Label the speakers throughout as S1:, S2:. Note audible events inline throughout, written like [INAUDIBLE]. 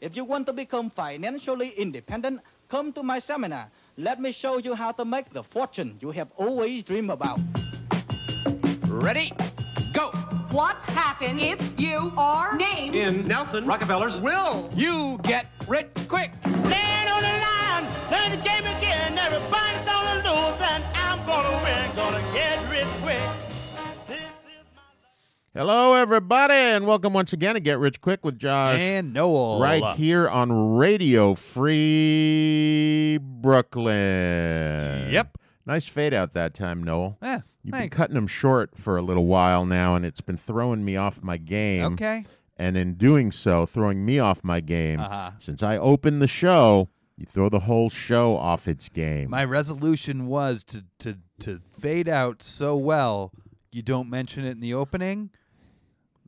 S1: If you want to become financially independent, come to my seminar. Let me show you how to make the fortune you have always dreamed about.
S2: Ready? Go!
S3: What happens if you are named
S2: In Nelson Rockefeller's will you get rich quick?
S4: Land on the line, play the game again. Everybody's gonna lose, and I'm gonna win. Gonna get rich quick. This is my
S5: Hello, everybody, and welcome once again to Get Rich Quick with Josh.
S6: and Noel.
S5: right here on Radio Free Brooklyn.
S6: Yep.
S5: Nice fade out that time, Noel.
S6: Yeah,
S5: Eh, You've been
S6: thanks.
S5: cutting them short for a little while now, and it's been throwing me off my game.
S6: Okay.
S5: And in doing so, throwing me off my game.
S6: Uh-huh.
S5: Since I opened the show, you throw the whole show off its game.
S6: My resolution was to to to fade out so well you don't mention it in the opening.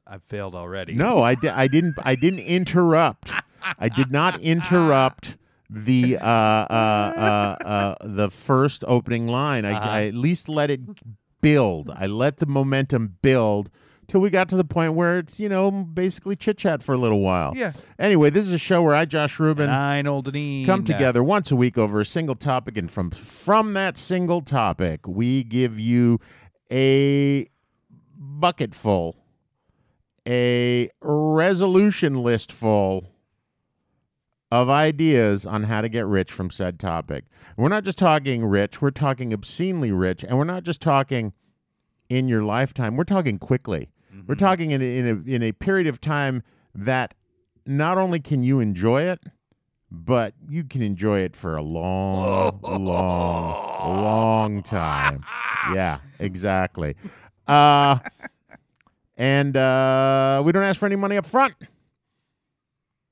S6: I've failed already.
S5: No, I, di- I didn't. I didn't interrupt. I did not interrupt the uh, uh, uh, uh, the first opening line.
S6: Uh-huh.
S5: I, I at least let it build. I let the momentum build till we got to the point where it's you know basically chit chat for a little while.
S6: Yeah.
S5: Anyway, this is a show where I, Josh Rubin,
S6: Nine old and Dean.
S5: come together once a week over a single topic and from from that single topic we give you a bucket full a resolution list full of ideas on how to get rich from said topic we're not just talking rich we're talking obscenely rich and we're not just talking in your lifetime we're talking quickly we're talking in a, in a in a period of time that not only can you enjoy it but you can enjoy it for a long, long, long time. Yeah, exactly. Uh, and uh, we don't ask for any money up front.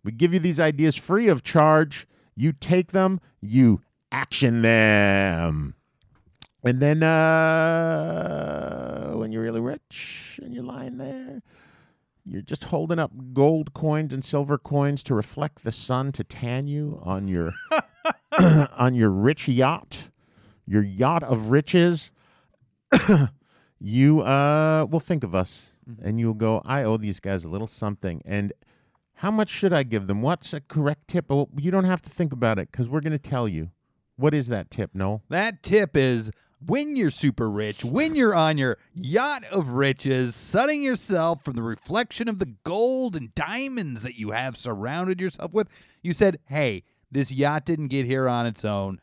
S5: We give you these ideas free of charge. You take them, you action them. And then uh, when you're really rich and you're lying there, you're just holding up gold coins and silver coins to reflect the sun to tan you on
S6: [LAUGHS]
S5: your [COUGHS] on your rich yacht, your yacht of riches. [COUGHS] you uh will think of us
S6: Mm-hmm.
S5: and you'll go, I owe these guys a little something and how much should I give them? What's a correct tip? Oh, you don't have to think about it because we're going to tell you. What is that tip, Noel?
S6: That tip is when you're super rich, when you're on your yacht of riches, sunning yourself from the reflection of the gold and diamonds that you have surrounded yourself with, you said, Hey, this yacht didn't get here on its own.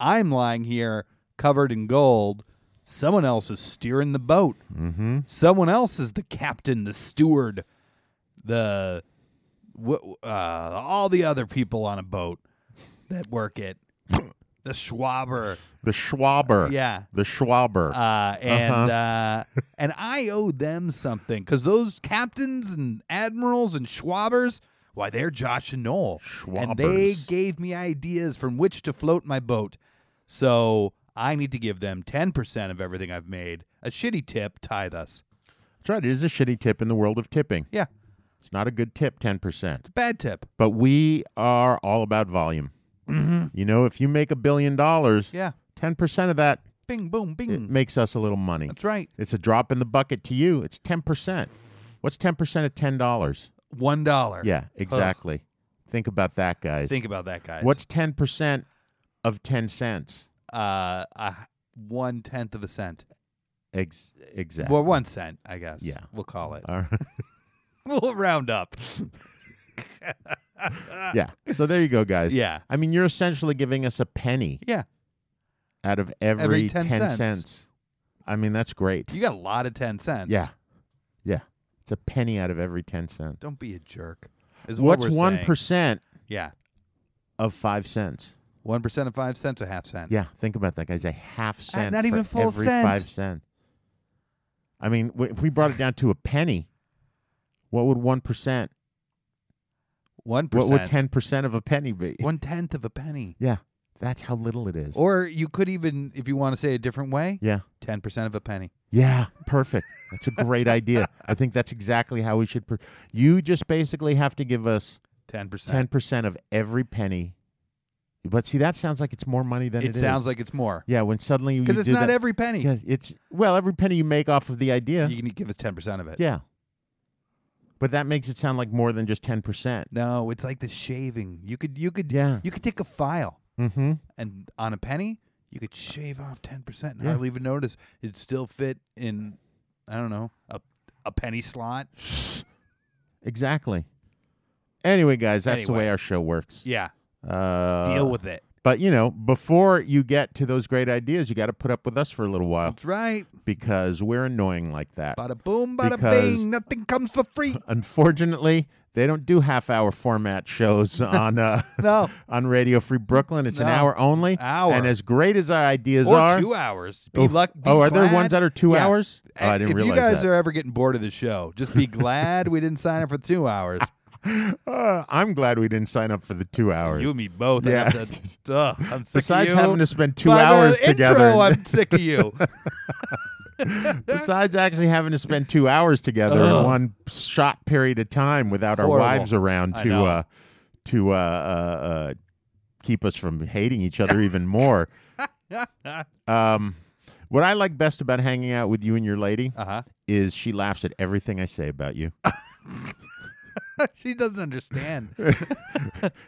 S6: I'm lying here covered in gold. Someone else is steering the boat. Mm-hmm. Someone else is the captain, the steward, the wh- uh, all the other people on a boat that work it. The Schwaber,
S5: The Schwaber.
S6: yeah.
S5: The Schwaber.
S6: uh, and
S5: Uh-huh.
S6: uh and I owe them something because those captains and admirals and Schwabers, why they're Josh and Noel, and they
S5: Schwabbers.
S6: gave me ideas from which to float my boat. So I need to give them ten percent of everything I've made. A shitty tip, tithe us.
S5: That's right. It is a shitty tip in the world of tipping.
S6: Yeah,
S5: It's not a good tip, 10%.
S6: bad tip.
S5: But we are all about volume. You know, if you make a billion dollars,
S6: Mm-hmm. Yeah,
S5: 10% of that
S6: bing, boom, bing.
S5: it makes us a little money.
S6: That's right.
S5: It's a drop in the bucket to you. It's 10%. What's 10% of $10?
S6: One dollar.
S5: Yeah,
S6: Ugh.
S5: exactly. Think about that, guys.
S6: Think about that, guys.
S5: What's 10% of 10 cents?
S6: uh, uh one tenth of a cent?
S5: Ex- exactly.
S6: Well, one cent, I guess.
S5: Yeah. Uh,
S6: we'll call it.
S5: [LAUGHS] All right.
S6: [LAUGHS] we'll
S5: [LAUGHS]
S6: round up.
S5: yeah. So there you go, guys.
S6: [LAUGHS] Yeah.
S5: I mean, you're essentially giving us a penny
S6: Yeah.
S5: out of every,
S6: Every 10 cents.
S5: I mean, that's great.
S6: You got a lot of 10 cents.
S5: Yeah. Yeah. It's a penny out of every 10 cents.
S6: Don't be a jerk. Is what
S5: What's
S6: we're
S5: 1%
S6: saying. Yeah.
S5: of 5 cents?
S6: 1% of 5 cents, a half cent.
S5: Yeah, think about that, guys. A half cent.
S6: not
S5: for
S6: even a full
S5: every
S6: cent.
S5: Five cent. I mean, w- if we brought it down to a penny, what would 1%?
S6: 1%.
S5: What would 10% of a penny be?
S6: One tenth of a penny.
S5: Yeah. That's how little it is.
S6: Or you could even, if you want to say a different way,
S5: yeah.
S6: 10% of a penny.
S5: Yeah, perfect. That's a great idea. I think that's exactly how we should. Per- you just basically have to give us
S6: 10%.
S5: ten percent of every penny. But see, that sounds like it's more money than
S6: it sounds like it's more.
S5: Yeah, when suddenly
S6: Because
S5: you
S6: it's
S5: do
S6: not
S5: that-
S6: every penny.
S5: Yeah, it's well, every penny you make off of the idea.
S6: You can give us 10% of it.
S5: yeah, But that makes it sound like more than just 10%.
S6: No, it's like the shaving. You could you could
S5: Yeah.
S6: you could take a file
S5: Mm-hmm.
S6: and on a penny you could shave off ten percent and
S5: Yeah.
S6: hardly even notice. It'd still fit in I don't know, a a penny slot.
S5: Exactly. Anyway, guys, that's the way
S6: Anyway.
S5: our show works.
S6: Yeah.
S5: Uh,
S6: Deal with it.
S5: But you know, before you get to those great ideas, you got to put up with us for a little while
S6: That's right.
S5: because we're annoying like that.
S6: Bada boom, bada
S5: Because-
S6: bing. Nothing comes for free.
S5: Unfortunately, they don't do half-hour format
S6: [LAUGHS]
S5: shows on uh,
S6: No.
S5: [LAUGHS] on Radio Free Brooklyn. It's an
S6: No.
S5: hour only.
S6: Hour.
S5: And as great as our ideas
S6: or
S5: are,
S6: two hours. Be
S5: Oh,
S6: luck. be
S5: oh, are there ones
S6: glad-
S5: that are two hours? Oh, I
S6: And
S5: didn't
S6: if
S5: realize
S6: you guys
S5: that.
S6: are ever getting bored of the show, just
S5: [LAUGHS]
S6: be glad we didn't sign up for two hours.
S5: uh, I'm glad we didn't sign up for the two hours.
S6: You and me both. I
S5: Yeah.
S6: have to- ugh, I'm sick
S5: Besides
S6: of you.
S5: having to spend two
S6: By the
S5: hours
S6: intro,
S5: together,
S6: I'm sick
S5: [LAUGHS]
S6: of you.
S5: besides actually having to spend two hours together in one shot period of time without our
S6: Horrible.
S5: wives around
S6: I
S5: to
S6: know.
S5: uh, to uh, uh, uh, keep us from hating each other even
S6: [LAUGHS]
S5: more. um, what I like best about hanging out with you and your lady
S6: Uh-huh.
S5: is she laughs at everything I say about you.
S6: [LAUGHS]
S5: [LAUGHS]
S6: she doesn't understand.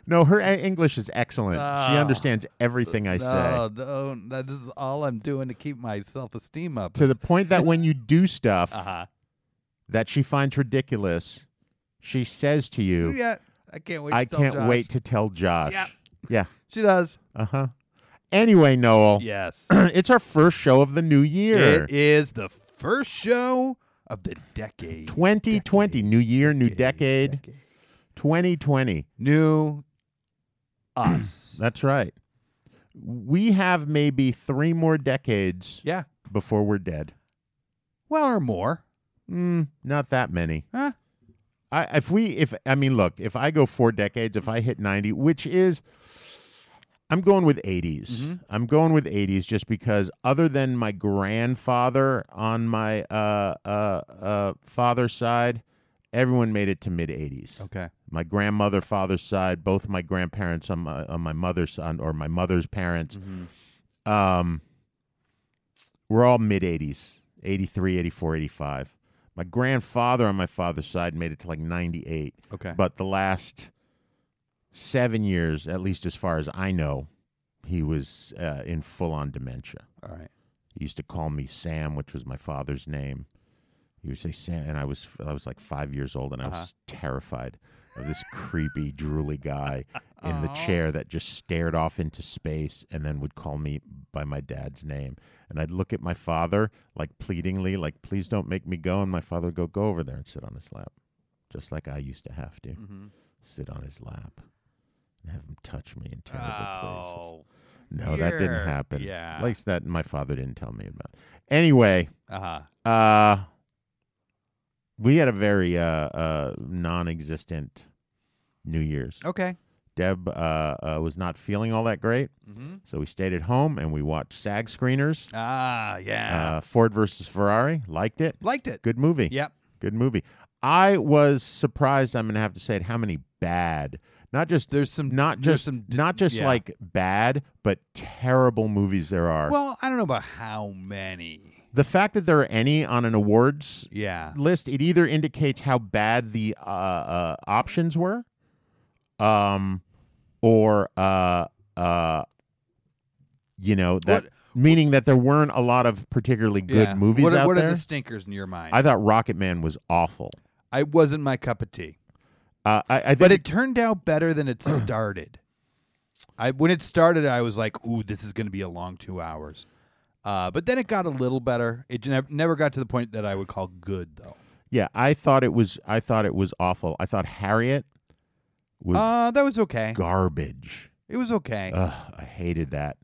S5: no, her uh, English is excellent. she
S6: Ah.
S5: understands everything I say.
S6: No, don't. Oh, That- This is all I'm doing to keep my self-esteem up.
S5: To
S6: is-
S5: the point that when you do stuff
S6: [LAUGHS] uh-huh.
S5: that she finds ridiculous, she says to you,
S6: Yeah, I can't wait.
S5: I
S6: to tell
S5: can't
S6: Josh.
S5: wait to tell Josh.
S6: Yeah.
S5: Yeah.
S6: She does.
S5: Uh huh. Anyway, Noel,
S6: Yes.
S5: [CLEARS THROAT] it's our first show of the new year.
S6: It is the first show of the decade.
S5: 2020, new year, new decade, 2020.
S6: New
S5: [CLEARS THROAT]
S6: us.
S5: That's right. We have maybe three more decades
S6: yeah.
S5: before we're dead.
S6: Well, or more.
S5: Mm, not that many.
S6: Huh?
S5: I, if we, if I mean, look, if I go four decades, if I hit ninety, which is, I'm going with 80s.
S6: Mm-hmm.
S5: I'm going with eighties just because, other than my grandfather on my uh, uh, uh, father's side, everyone made it to mid eighties.
S6: Okay.
S5: My grandmother, father's side, both my grandparents on my on my mother's side or my mother's parents, um, we're all mid 80s 83 84 85 my grandfather on my father's side made it to like 98
S6: Okay.
S5: but the last seven years at least as far as i know he was uh, in full-on dementia
S6: all right.
S5: he used to call me sam which was my father's name he would say sam and i was i was like five years old and i was terrified of this creepy drooly guy in the chair that just stared off into space and then would call me by my dad's name and i'd look at my father like pleadingly like please don't make me go and my father would go go over there and sit on his lap just like i used to have to sit on his lap and have him touch me in terrible places
S6: Oh.
S5: no, that didn't
S6: Here.
S5: happen.
S6: Yeah.
S5: At least that my father didn't tell me about. Anyway,
S6: Uh huh.
S5: uh we had a very uh uh non-existent New Year's.
S6: Okay.
S5: Deb uh, uh was not feeling all that great,
S6: Mm-hmm.
S5: so we stayed at home and we watched SAG screeners.
S6: Ah, yeah.
S5: Uh Ford versus Ferrari, liked it.
S6: Liked it.
S5: Good movie.
S6: Yep.
S5: Good movie. I was surprised. I'm gonna have to say it. How many bad? Not just
S6: There's some-
S5: not
S6: there's
S5: just
S6: some d-
S5: not just
S6: yeah.
S5: like bad, but terrible movies there are.
S6: Well, I don't know about how many.
S5: the fact that there are any on an awards
S6: Yeah.
S5: list, it either indicates how bad the uh, uh, options were, um, or uh, uh, you know that
S6: What-
S5: meaning that there weren't a lot of particularly good
S6: Yeah.
S5: movies
S6: What, are-
S5: out
S6: what
S5: there.
S6: are the stinkers in your mind?
S5: I thought Rocket Man was awful.
S6: I wasn't my cup of tea.
S5: Uh, I, I think
S6: but it turned out better
S5: [CLEARS THROAT]
S6: than it started. I when it started, I was like, "Ooh, this is going to be a long two hours." Uh, but then it got a little better. It nev- never got to the point that I would call good, though.
S5: yeah, I thought it was I thought it was awful. I thought Harriet was
S6: Uh, that was okay.
S5: garbage.
S6: It was okay.
S5: Ugh, Uh, I hated that.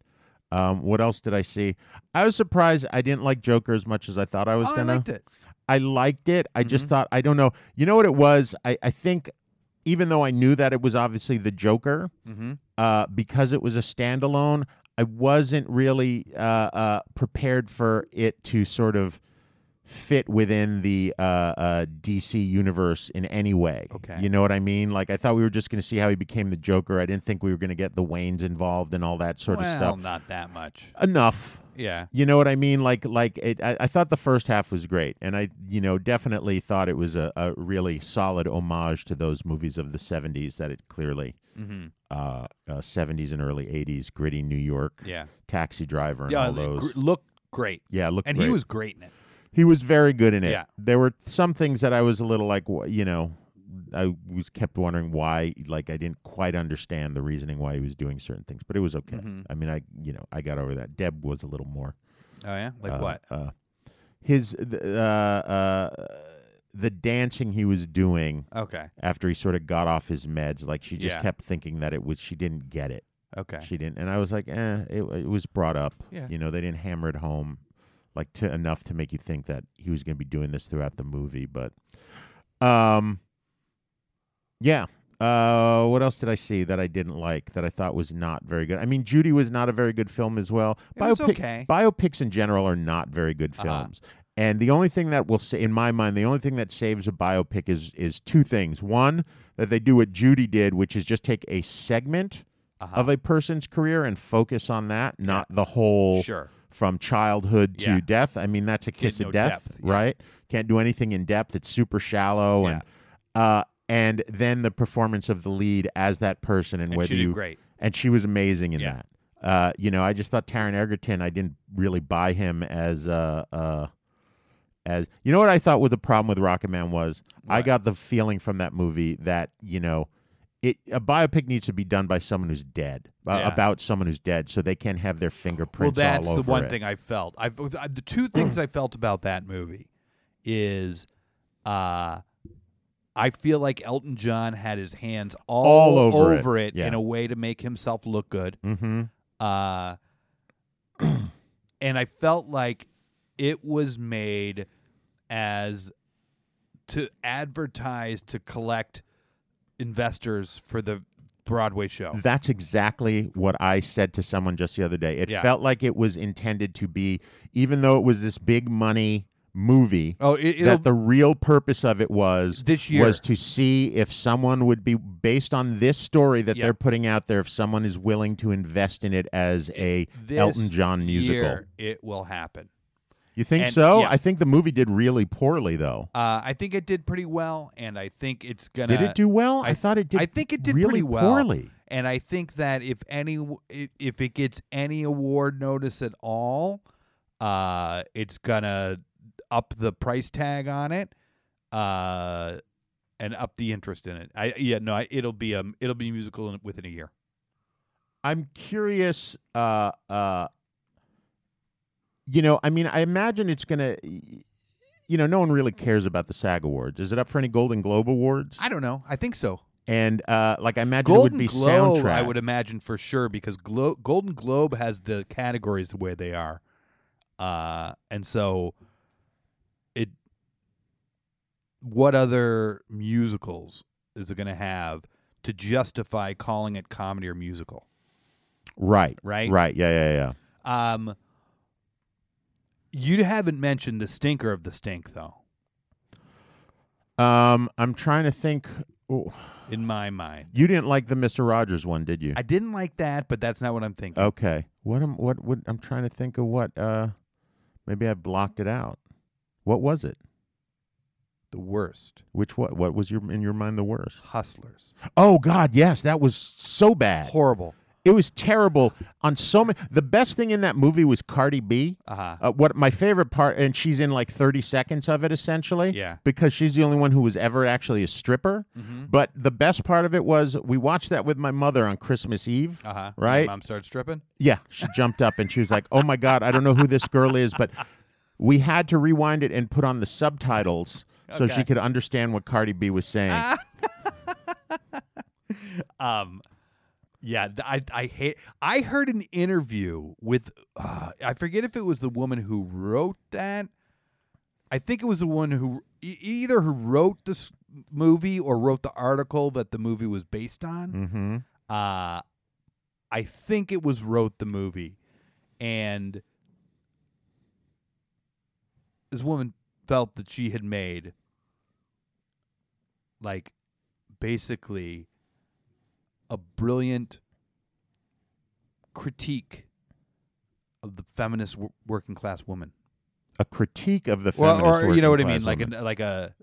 S5: Um, what else did I see? I was surprised I didn't like Joker as much as I thought I was
S6: oh, I
S5: gonna.
S6: liked it. Mm-hmm.
S5: I liked it. I just thought I don't know. You know what it was? I, I think even though I knew that it was obviously the Joker,
S6: Mm-hmm.
S5: uh, because it was a standalone, I wasn't really uh, uh, prepared for it to sort of fit within the uh, uh, DC universe in any way.
S6: Okay.
S5: You know what I mean? Like I thought we were just going to see how he became the Joker. I didn't think we were going to get the Waynes involved and all that sort
S6: well,
S5: of stuff.
S6: not that much.
S5: Enough.
S6: Yeah.
S5: You know what I mean? Like, like it, I, I thought the first half was great, and I, you know, definitely thought it was a, a really solid homage to those movies of the '70s that it clearly
S6: Mm-hmm.
S5: uh, uh, '70s and early '80s, gritty New York,
S6: Yeah.
S5: Taxi Driver, and
S6: Yeah.
S5: all
S6: it
S5: those.
S6: gr- looked great.
S5: yeah, look,
S6: And he was great in it.
S5: he was very good in it.
S6: Yeah.
S5: There were some things that I was a little like, wh- you know, I was kept wondering why, like I didn't quite understand the reasoning why he was doing certain things, but it was okay.
S6: Mm-hmm.
S5: I mean, I, you know, I got over that. Deb was a little more
S6: Oh yeah. Like what?
S5: Uh, his th- uh, uh, the dancing he was doing
S6: Okay.
S5: after he sort of got off his meds. Like she just
S6: Yeah.
S5: kept thinking that it was she didn't get it.
S6: Okay.
S5: She didn't, and I was like, eh, it, it was brought up.
S6: Yeah.
S5: You know, they didn't hammer it home like to enough to make you think that he was going to be doing this throughout the movie. But, um, yeah. Uh, what else did I see that I didn't like that I thought was not very good? I mean, Judy was not a very good film as well.
S6: It was okay.
S5: Biopics in general are not very good
S6: Uh-huh.
S5: films. And the only thing that will say, in my mind, the only thing that saves a biopic is is two things. One, that they do what Judy did, which is just take a segment
S6: Uh-huh.
S5: of a person's career and focus on that, not the whole
S6: Sure.
S5: from childhood to
S6: Yeah.
S5: death. I mean, that's a kiss
S6: no
S5: of death,
S6: depth, yeah.
S5: right? Can't do anything in depth. It's super shallow and uh and then the performance of the lead as that person and,
S6: And
S5: whether
S6: she did
S5: you
S6: great.
S5: and she was amazing in
S6: Yeah.
S5: that. Uh, you know, I just thought Taron Egerton. I didn't really buy him as uh, uh, as you know what I thought with the problem with Rocket Man was I got the feeling from that movie that you know it a biopic needs to be done by someone who's dead uh,
S6: Yeah.
S5: about someone who's dead so they can have their
S6: Well,
S5: fingerprints.
S6: that's
S5: all
S6: the
S5: over
S6: one
S5: it.
S6: thing I felt. I've uh, the
S5: [CLEARS THROAT]
S6: two things I felt about that movie is, uh, I feel like Elton John had his hands all,
S5: All over it.
S6: it,
S5: Yeah.
S6: in a way to make himself look good.
S5: Mm-hmm.
S6: Uh, [CLEARS THROAT] and I felt like it was made as to advertise to collect investors for the Broadway show.
S5: That's exactly what I said to someone just the other day. It
S6: Yeah.
S5: felt like it was intended to be, even though it was this big money movie.
S6: Oh, it, it'll,
S5: that the real purpose of it was
S6: This year.
S5: was to see if someone would be based on this story that
S6: Yeah.
S5: they're putting out there if someone is willing to invest in it as a
S6: this
S5: Elton John musical.
S6: year it will happen.
S5: You think
S6: And-
S5: so?
S6: yeah.
S5: I think the movie did really poorly though.
S6: Uh, I think it did pretty well, and I think it's gonna.
S5: Did it do well? I
S6: th-
S5: thought it did
S6: I think it did
S5: really
S6: pretty well.
S5: poorly.
S6: And I think that if any, if if it gets any award notice at all, uh, it's gonna up the price tag on it, uh, and up the interest in it. I yeah no, I, it'll be um it'll be musical in, within a year.
S5: I'm curious. Uh, uh, you know, I mean, I imagine it's gonna. You know, no one really cares about the SAG Awards. Is it up for any Golden Globe Awards?
S6: I don't know. I think so.
S5: and uh, like, I imagine
S6: Golden
S5: it would be
S6: Globe,
S5: soundtrack.
S6: I would imagine for sure, because Glo- Golden Globe has the categories the way they are, uh, and so it. What other musicals is it going to have to justify calling it comedy or musical?
S5: right,
S6: Right?
S5: right. Yeah, yeah, yeah.
S6: Um, you haven't mentioned the stinker of the stink though,
S5: Um, I'm trying to think. oh,
S6: in my mind.
S5: you didn't like the Mister Rogers one, did you?
S6: I didn't like that, but that's not what I'm thinking.
S5: okay. What am what what I'm trying to think of what uh maybe I blocked it out. What was it?
S6: The worst
S5: Which what what was your in your mind the worst?
S6: hustlers,
S5: Oh God, yes, that was so bad.
S6: horrible.
S5: It was terrible on so many. The best thing in that movie was Cardi B.
S6: Uh-huh.
S5: Uh, what my favorite part, and she's in like 30 seconds of it essentially.
S6: Yeah. Mm-hmm.
S5: Because she's the only one who was ever actually a stripper. But the best part of it was we watched that with my mother on Christmas Eve.
S6: Uh huh.
S5: Right?
S6: Mom started stripping.
S5: Yeah, she jumped up and she was like, "Oh my god, I don't know who this girl is," but we had to rewind it and put on the subtitles so
S6: Okay. Ah.
S5: she could understand what Cardi B was saying.
S6: Um, yeah, th- I I hate. I heard an interview with uh, I forget if it was the woman who wrote that. I think it was the one who e- either who wrote this movie or wrote the article that the movie was based on.
S5: mm-hmm.
S6: Uh, I think it was wrote the movie, and this woman felt that she had made like basically a brilliant critique of the feminist w- working class woman.
S5: A critique of the
S6: Well,
S5: feminist
S6: or you know what I
S5: working
S6: mean,
S5: class
S6: like
S5: woman.
S6: a like a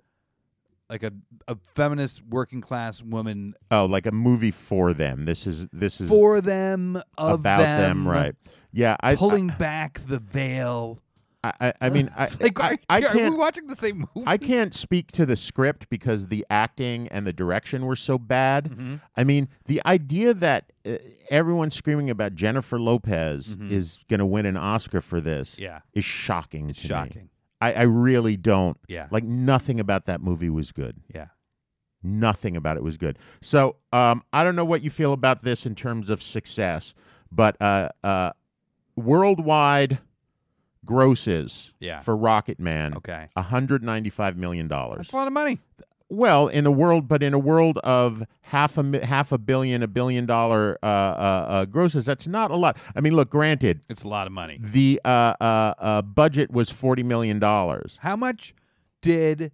S6: like a, a feminist working class woman
S5: oh, like a movie for them. This is this is
S6: for them of
S5: about them, right? Yeah, I
S6: Pulling back the veil.
S5: I, I, I
S6: [LAUGHS]
S5: mean, I,
S6: It's like,
S5: I,
S6: are,
S5: I
S6: are we
S5: can't.
S6: watching the same movie?
S5: I can't speak to the script because the acting and the direction were so bad.
S6: Mm-hmm.
S5: I mean, the idea that uh, everyone screaming about Jennifer Lopez is going to win an Oscar for this
S6: Mm-hmm. Yeah.
S5: is shocking.
S6: It's
S5: to me.
S6: [LAUGHS] shocking.
S5: I, I really don't.
S6: Yeah.
S5: Like, nothing about that movie was good.
S6: yeah.
S5: Nothing about it was good. So um, I don't know what you feel about this in terms of success, but uh, uh, worldwide grosses
S6: Yeah.
S5: for Rocket Man,
S6: Okay.
S5: $195 million.
S6: That's a lot of money.
S5: Well, in a world, but in a world of half a mi- half a billion, a billion dollar uh, uh, uh, grosses, that's not a lot. I mean, look, granted,
S6: It's a lot of money.
S5: the uh, uh, uh, budget was forty million dollars.
S6: How much did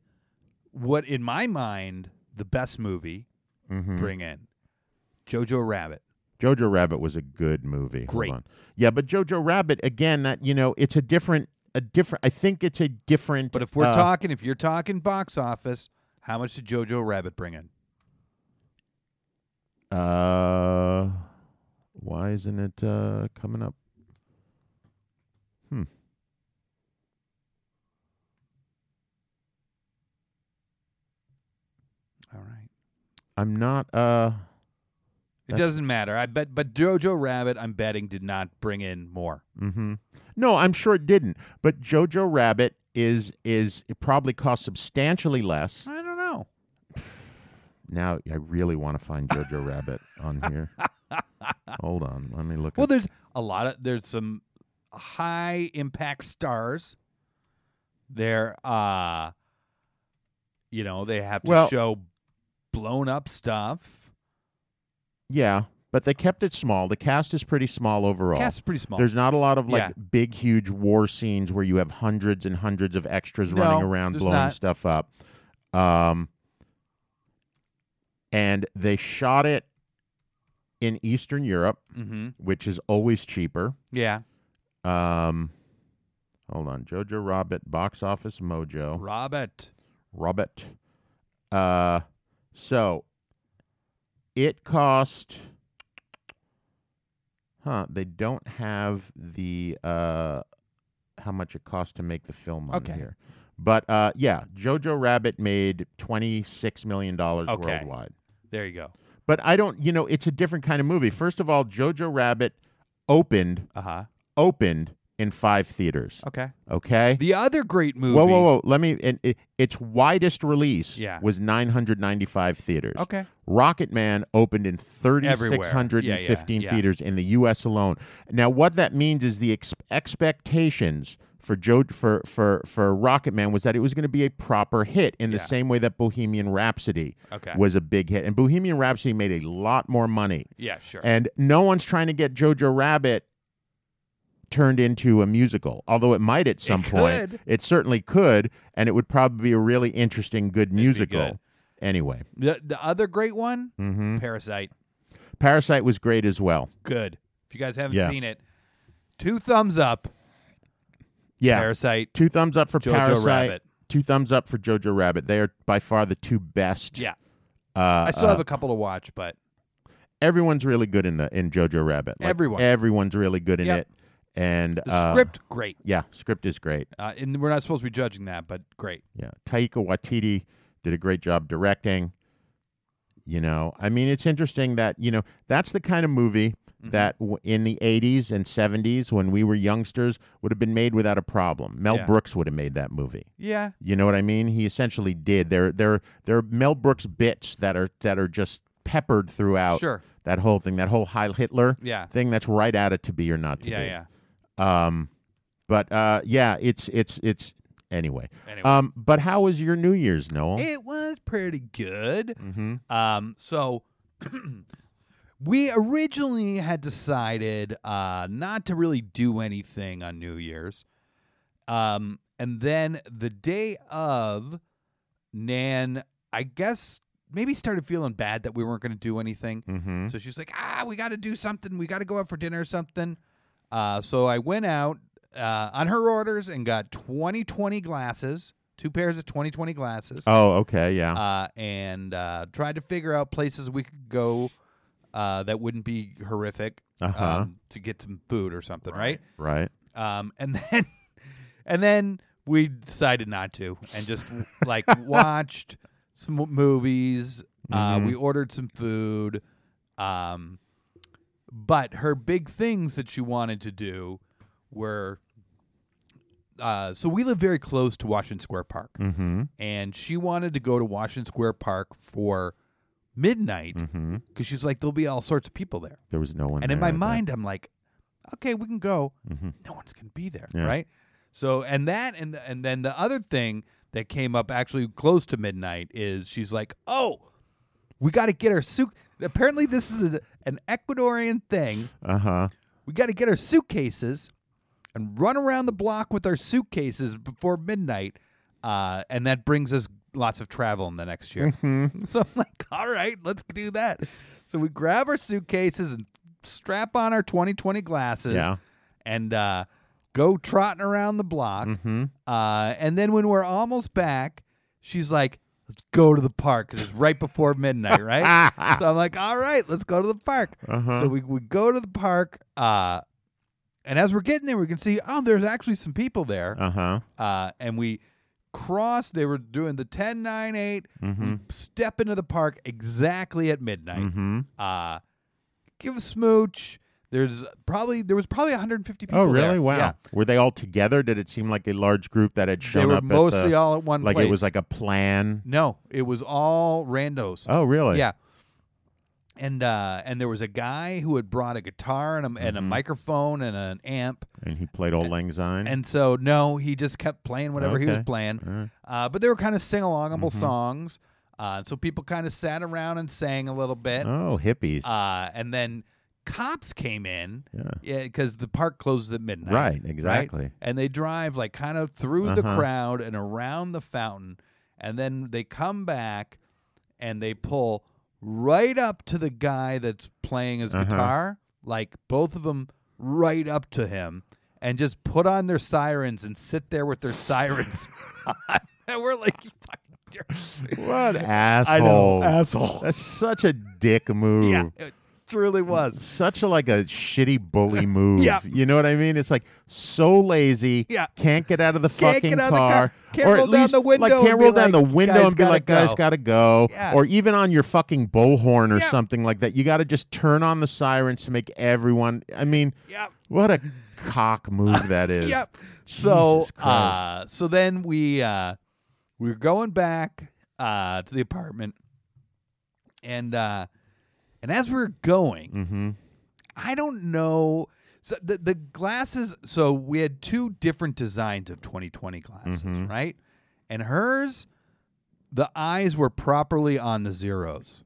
S6: what in my mind the best movie
S5: Mm-hmm.
S6: bring in? Jojo Rabbit.
S5: Jojo Rabbit was a good movie. Hold
S6: Great.
S5: on. Yeah, but Jojo Rabbit again. That you know, it's a different, a different. I think it's a different.
S6: But if we're
S5: uh,
S6: talking, if you're talking box office, how much did Jojo Rabbit bring in?
S5: uh, why isn't it uh, coming up?
S6: All right.
S5: I'm not. Uh,
S6: It doesn't matter. I bet, but Jojo Rabbit, I'm betting, did not bring in more.
S5: Mm-hmm. No, I'm sure it didn't. But Jojo Rabbit is is it probably cost substantially less.
S6: I don't know.
S5: Now I really want to find Jojo Rabbit on
S6: [LAUGHS]
S5: here. Hold on, let me look.
S6: Well,
S5: at,
S6: there's a lot of there's some high impact stars. They're uh you know, they have to
S5: Well-
S6: show blown up stuff.
S5: yeah, but they kept it small. The cast is pretty small overall.
S6: Cast is pretty small.
S5: There's not a lot of like
S6: Yeah.
S5: big, huge war scenes where you have hundreds and hundreds of extras
S6: No,
S5: running around
S6: there's
S5: blowing
S6: not.
S5: stuff up. Um, and they shot it in Eastern Europe,
S6: mm-hmm.
S5: which is always cheaper.
S6: Yeah.
S5: Um, hold on, Jojo Rabbit, box office mojo,
S6: Robert.
S5: Rabbit. Uh, so it cost. Huh? They don't have the uh, how much it cost to make the film on
S6: Okay.
S5: here. But uh, yeah, Jojo Rabbit made twenty six million dollars
S6: Okay.
S5: worldwide.
S6: There you go.
S5: But I don't, you know, it's a different kind of movie. First of all, Jojo Rabbit opened
S6: Uh-huh.
S5: opened in five theaters.
S6: Okay.
S5: Okay.
S6: The other great movie.
S5: Whoa, whoa, whoa! Let me. And it, its widest release
S6: Yeah.
S5: was 995 theaters.
S6: Okay.
S5: Rocket Man opened in
S6: Everywhere.
S5: 3,615
S6: Yeah, yeah, yeah.
S5: theaters in the U.S. alone. Now, what that means is the ex- expectations for Joe for for for Rocket Man was that it was going to be a proper hit in the
S6: Yeah.
S5: same way that Bohemian Rhapsody
S6: Okay.
S5: was a big hit, and Bohemian Rhapsody made a lot more money.
S6: Yeah, sure.
S5: And no one's trying to get Jojo Rabbit turned into a musical, although it might at some point.
S6: could.
S5: It certainly could, and it would probably be a really interesting, good musical.
S6: good.
S5: Anyway, mm-hmm.
S6: the the other great one,
S5: Hmm?
S6: Parasite.
S5: Parasite was great as well.
S6: Good. If you guys haven't
S5: Yeah.
S6: seen it, two thumbs up.
S5: Yeah,
S6: Parasite.
S5: two thumbs up for
S6: Jojo
S5: Parasite.
S6: Rabbit.
S5: Two thumbs up for Jojo Rabbit. They are by far the two best.
S6: Yeah.
S5: uh,
S6: I still have a couple to watch, but
S5: everyone's really good in the in Jojo Rabbit.
S6: Everyone.
S5: everyone's really good in
S6: Yep.
S5: it. And
S6: the
S5: uh,
S6: script great.
S5: yeah, script is great.
S6: Uh, and we're not supposed to be judging that, but great.
S5: Yeah, Taika Waititi did a great job directing. You know, I mean, it's interesting that you know that's the kind of movie
S6: Mm-hmm.
S5: that w- in the '80s and '70s, when we were youngsters, would have been made without a problem. Mel
S6: Yeah.
S5: Brooks would have made that movie.
S6: Yeah.
S5: You know what I mean? He essentially did. There, there, there are Mel Brooks bits that are that are just peppered throughout.
S6: Sure.
S5: That whole thing, that whole Heil Hitler
S6: Yeah.
S5: thing, that's right out of to be or not to
S6: Yeah,
S5: be.
S6: yeah.
S5: Um, but uh, yeah, it's it's it's anyway.
S6: Anyway.
S5: Um, but how was your New Year's, Noel?
S6: It was pretty good. Um, so [CLEARS THROAT] we originally had decided uh, not to really do anything on New Year's. Um, and then the day of, Nan, I guess, maybe started feeling bad that we weren't going to do anything.
S5: mm-hmm.
S6: So she's like, ah, we got to do something. We got to go out for dinner or something. Uh, so I went out uh, on her orders and got 2020 glasses, two pairs of 2020 glasses,
S5: Oh, okay, yeah.
S6: uh, and uh, tried to figure out places we could go uh, that wouldn't be horrific
S5: Uh-huh.
S6: um, to get some food or something, right?
S5: right.
S6: Um, and [LAUGHS] then, and then we decided not to, and just like watched some movies. Uh, we ordered some food. Um, but her big things that she wanted to do were. Uh, so we live very close to Washington Square Park,
S5: Mm.
S6: mm-hmm. and she wanted to go to Washington Square Park for midnight because she's like, "There'll be all sorts of people there."
S5: There was no one.
S6: And in
S5: there
S6: my
S5: at that-
S6: mind, I'm like, okay, we can go. No one's gonna be there,
S5: Yeah.
S6: right? So, and that, and the, and then the other thing that came up actually close to midnight is she's like, oh, we got to get our suit. Apparently, this is a, an Ecuadorian thing.
S5: Uh huh.
S6: We got to get our suitcases and run around the block with our suitcases before midnight, uh, and that brings us lots of travel in the next year. [LAUGHS] So I'm like, all right, let's do that. So we grab our suitcases and strap on our 2020 glasses
S5: Yeah.
S6: and uh, go trotting around the block. Uh, and then when we're almost back, she's like, let's go to the park because it's right before midnight, right? so I'm like, all right, let's go to the park. So we, we go to the park. Uh, and as we're getting there, we can see, oh, there's actually some people there
S5: Uh huh.
S6: uh, and we crossed. They were doing the 10, 9, 8,
S5: Mm-hmm.
S6: step into the park exactly at midnight.
S5: Mm-hmm.
S6: Uh, give a smooch. There's probably there was probably 150 people.
S5: Oh, really?
S6: there.
S5: Wow.
S6: Yeah.
S5: Were they all together? Did it seem like a large group that had shown
S6: were
S5: up? at
S6: mostly
S5: the-
S6: all at one
S5: Like it was like
S6: place.
S5: a plan.
S6: No, it was all randos.
S5: Oh, really?
S6: Yeah. And uh, and there was a guy who had brought a guitar and a, and a
S5: Mm-hmm.
S6: microphone and an amp,
S5: And he played old Lang Syne.
S6: And so no, he just kept playing whatever he was
S5: Okay.
S6: playing. Uh, but they were kind of sing alongable songs. Uh, so people kind of sat around and sang a little bit.
S5: oh, hippies.
S6: Uh, and then cops came in.
S5: Yeah.
S6: Because the park closes at midnight.
S5: Right, exactly.
S6: And they drive like kind of through the
S5: Uh-huh.
S6: crowd and around the fountain. And then they come back and they pull right up to the guy that's playing
S5: Uh-huh.
S6: his guitar, like both of them right up to him, and just put on their sirens and sit there with
S5: [LAUGHS]
S6: their sirens. [LAUGHS] on. and we're like, "You fucking jerk." [LAUGHS]
S5: what assholes?
S6: assholes.
S5: That's such a dick move.
S6: yeah, it truly was.
S5: Such a like a shitty bully move.
S6: [LAUGHS] Yeah.
S5: You know what I mean? It's like so lazy.
S6: Yeah.
S5: Can't get out of the
S6: Can't
S5: fucking
S6: get out of the
S5: car.
S6: car. Can't
S5: or
S6: roll
S5: at
S6: down
S5: least,
S6: the window
S5: Like can't
S6: and be
S5: roll down the
S6: like,
S5: window
S6: "Guys
S5: and be
S6: gotta
S5: like, guys
S6: go."
S5: gotta go.
S6: Yeah.
S5: Or even on your fucking bullhorn or
S6: Yeah.
S5: something like that. You gotta just turn on the sirens to make everyone I mean
S6: Yep.
S5: what a cock move
S6: [LAUGHS]
S5: that is.
S6: Yep. So
S5: Jesus Christ.
S6: uh, so then we uh, we were going back uh, to the apartment, and uh, and as we were going,
S5: Mm. Mm-hmm.
S6: I don't know. So the the glasses. So we had two different designs of 2020 glasses,
S5: Mm-hmm.
S6: right? And hers, the eyes were properly on the zeros,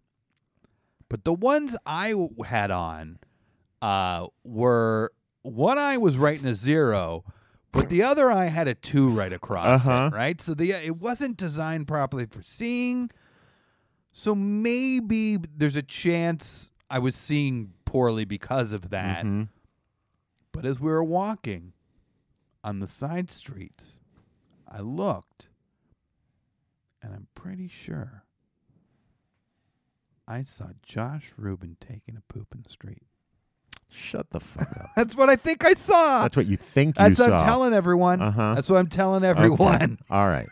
S6: but the ones I w- had on uh, were one eye was right in a zero, but the other eye had a two right across
S5: Uh-huh.
S6: it, right? So the it wasn't designed properly for seeing. So maybe there's a chance I was seeing poorly because of that. But as we were walking on the side streets, I looked and I'm pretty sure I saw Josh Rubin taking a poop in the street.
S5: Shut the fuck up.
S6: That's what I think I saw.
S5: That's what you think
S6: [LAUGHS] That's
S5: you
S6: what
S5: saw.
S6: I'm telling everyone.
S5: Uh-huh.
S6: That's what I'm telling
S5: Okay.
S6: everyone.
S5: All right.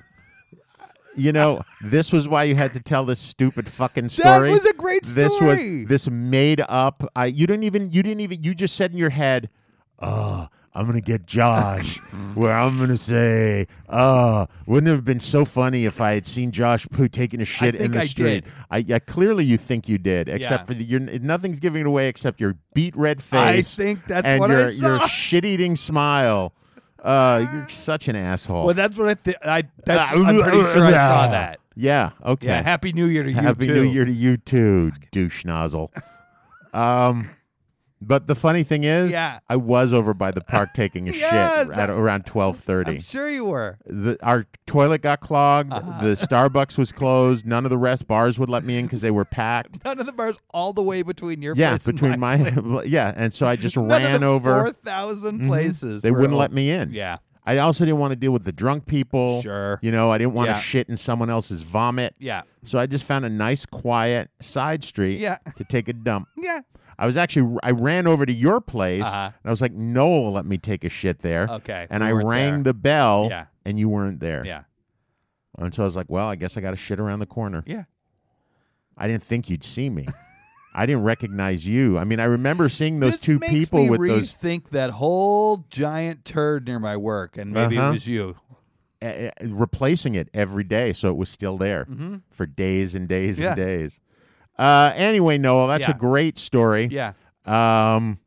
S5: You know, this was why you had to tell this stupid fucking
S6: That
S5: story.
S6: was a great
S5: This
S6: story.
S5: was this made up. I you didn't even you didn't even you just said in your head, "Oh, I'm gonna get Josh."
S6: [LAUGHS]
S5: where I'm gonna say, "Oh, wouldn't it have been so funny if I had seen Josh poo taking a shit in
S6: think
S5: the
S6: I
S5: street."
S6: did.
S5: I, yeah, clearly you think you did, except
S6: Yeah.
S5: for the, you're nothing's giving it away except your beat red
S6: I
S5: face.
S6: think that's
S5: and
S6: what I
S5: your,
S6: saw.
S5: Your shit eating smile. Uh, you're such an asshole.
S6: Well, that's what I think. I [LAUGHS]
S5: Ah,
S6: that's, I'm pretty sure I saw that.
S5: Yeah. Okay.
S6: Yeah. Happy New Year to you
S5: Happy
S6: too.
S5: New Year to you too, douche nozzle. um, But the funny thing is,
S6: Yeah.
S5: I was over by the park taking
S6: [LAUGHS]
S5: a
S6: Yeah,
S5: shit at around twelve
S6: I'm Uh-huh.
S5: thirty.
S6: sure you were.
S5: the, our toilet got clogged. The Starbucks was closed. None of the rest bars would let me in because they were packed.
S6: None of the bars all [LAUGHS] the way between your
S5: yeah,
S6: place and
S5: between
S6: my,
S5: my, [LAUGHS] yeah, and so I just ran
S6: four
S5: over. Mm-hmm.
S6: thousand places.
S5: They
S6: were
S5: wouldn't
S6: all-
S5: let me in.
S6: Yeah,
S5: I also didn't want to deal with the drunk people.
S6: Sure.
S5: You know, I didn't want
S6: Yeah.
S5: to shit in someone else's vomit. [LAUGHS]
S6: yeah,
S5: So I just found a nice, quiet side street
S6: Yeah.
S5: [LAUGHS] to take a dump.
S6: yeah.
S5: I was actually I ran over to your place
S6: Uh-huh.
S5: and I was like, Noel, will let me take a shit there.
S6: Okay,
S5: And
S6: we
S5: I
S6: weren't
S5: rang
S6: there.
S5: the bell
S6: Yeah.
S5: and you weren't there.
S6: Yeah,
S5: And so I was like, Well, I guess I gotta shit around the corner.
S6: yeah.
S5: I didn't think you'd see me. I didn't recognize you. I mean, I remember seeing those two
S6: makes
S5: people
S6: me
S5: with those
S6: rethink that whole giant turd near my work, and maybe
S5: Uh-huh.
S6: it was you.
S5: uh, uh, replacing it every day, so it was still there for days and days
S6: Mm-hmm. Yeah.
S5: and days. Uh, anyway, Noel, that's
S6: Yeah.
S5: a great story.
S6: Yeah.
S5: Um,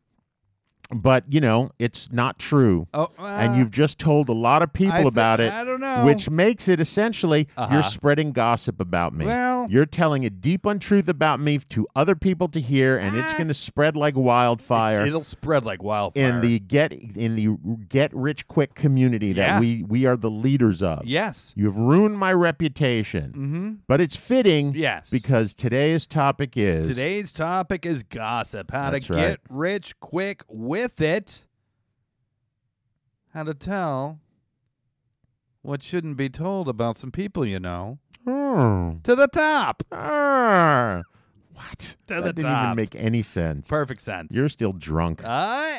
S5: but you know, it's not true.
S6: Oh,
S5: and
S6: uh,
S5: you've just told a lot of people
S6: I thi-
S5: about it.
S6: I don't know.
S5: Which makes it essentially
S6: Uh-huh.
S5: you're spreading gossip about me.
S6: Well-
S5: you're telling a deep untruth about me to other people to hear, and it's
S6: Ah.
S5: going to spread like wildfire
S6: It'll spread like wildfire.
S5: in the get in the get rich quick community that
S6: Yeah.
S5: we we are the leaders of.
S6: yes.
S5: You've ruined my reputation. Mm-hmm. But it's fitting
S6: Yes.
S5: because today's topic is
S6: Today's topic is gossip. How
S5: That's
S6: to
S5: right.
S6: get rich quick with it. How to tell what shouldn't be told about some people you know.
S5: Hmm.
S6: To the top.
S5: Arr. What?
S6: To
S5: [LAUGHS] that
S6: the
S5: didn't
S6: top.
S5: even make any sense.
S6: Perfect sense.
S5: You're still drunk.
S6: Uh,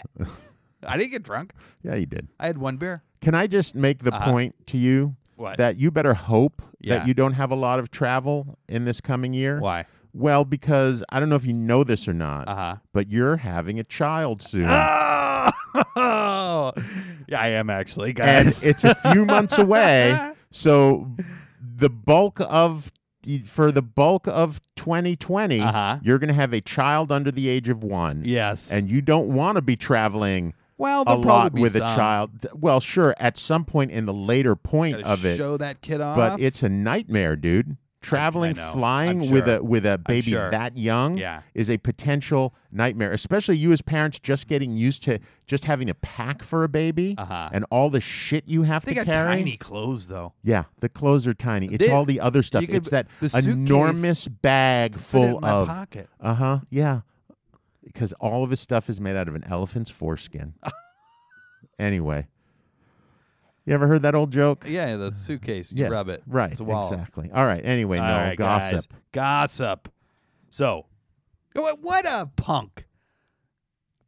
S6: I didn't get drunk.
S5: yeah, you did.
S6: I had one beer.
S5: [LAUGHS] Can I just make the
S6: Uh-huh.
S5: point to you
S6: What?
S5: that you better hope
S6: Yeah.
S5: that you don't have a lot of travel in this coming year?
S6: Why?
S5: Well, because I don't know if you know this or not,
S6: Uh-huh. Ah!
S5: but you're having a child soon.
S6: Oh!
S5: [LAUGHS]
S6: yeah, I am actually,
S5: and
S6: guys.
S5: it's a few months away.
S6: [LAUGHS]
S5: So the bulk of for the bulk of 2020,
S6: Uh-huh.
S5: you're going to have a child under the age of 1.
S6: yes.
S5: And you don't want to be traveling
S6: well,
S5: a
S6: there'll probably
S5: lot
S6: be
S5: with a
S6: some.
S5: child. Th- Well, sure, at some point in the later point
S6: Gotta
S5: of it,
S6: Show that kid off.
S5: but it's a nightmare, dude. Traveling,
S6: know.
S5: flying
S6: I'm
S5: with
S6: sure.
S5: a with a baby
S6: sure.
S5: that young
S6: Yeah.
S5: is a potential nightmare, especially you as parents just getting used to just having to pack for a baby
S6: Uh-huh.
S5: and all the shit you have
S6: they
S5: to
S6: got
S5: carry.
S6: tiny clothes though.
S5: Yeah, the clothes are tiny. It's
S6: They-
S5: all the other stuff.
S6: could-
S5: It's that
S6: the suitcase
S5: enormous bag
S6: Put it
S5: full
S6: in my
S5: of.
S6: pocket.
S5: Uh huh. Yeah, because all of his stuff is made out of an elephant's
S6: [LAUGHS]
S5: foreskin. anyway, you ever heard that old joke?
S6: Yeah, the suitcase. You rub it.
S5: Mm. Right.
S6: It's a wallet.
S5: Exactly. All right. Anyway,
S6: All
S5: no
S6: right, guys.
S5: gossip.
S6: Gossip. So, what what a punk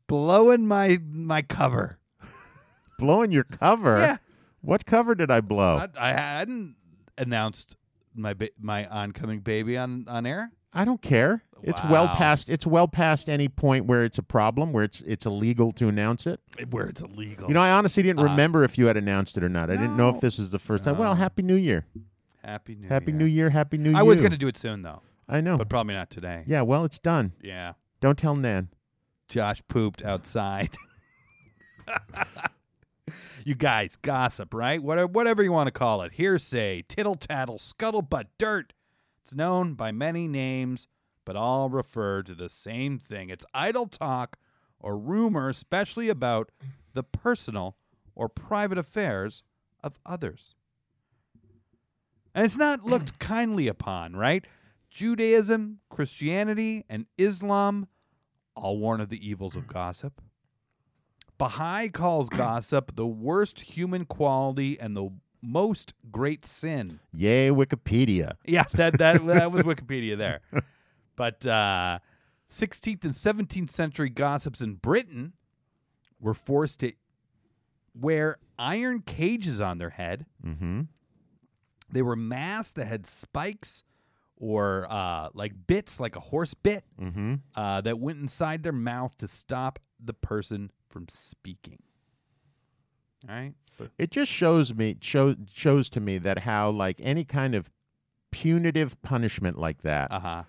S6: blowing my my cover.
S5: Blowing your cover.
S6: Yeah.
S5: What cover did I blow?
S6: I, I hadn't announced my ba- my oncoming baby on on air.
S5: I don't care. It's well
S6: Wow.
S5: past. It's well past any point where it's a problem, where it's it's illegal to announce it.
S6: Where it's illegal.
S5: You know, I honestly didn't remember if you had announced it or not. I didn't know if this was the first time. Well, Happy New Year.
S6: Happy New
S5: Happy
S6: Year.
S5: New Year. Happy New Year.
S6: I was gonna do it soon though,
S5: I know.
S6: but probably not today.
S5: yeah. Well, it's done.
S6: Yeah.
S5: Don't tell Nan.
S6: Josh pooped outside. [LAUGHS] you guys, gossip, right? Whatever, whatever you want to call it. Hearsay, tittle tattle, scuttlebutt, dirt. It's known by many names, but all refer to the same thing. It's idle talk or rumor, especially about the personal or private affairs of others. And it's not looked kindly upon, right? Judaism, Christianity, and Islam all warn of the evils of gossip. Baha'i [CLEARS THROAT] calls gossip the worst human quality and the most great sin.
S5: Yay, Wikipedia.
S6: Yeah, [LAUGHS] that that, that was Wikipedia there. [LAUGHS] But uh, 16th and 17th century gossips in Britain were forced to wear iron cages on their head.
S5: Mm-hmm.
S6: They were masks that had spikes or uh, like bits, like a horse bit,
S5: Mm-hmm.
S6: uh, that went inside their mouth to stop the person from speaking. All right.
S5: it just shows me shows shows to me that how like any kind of punitive punishment like that
S6: Uh huh.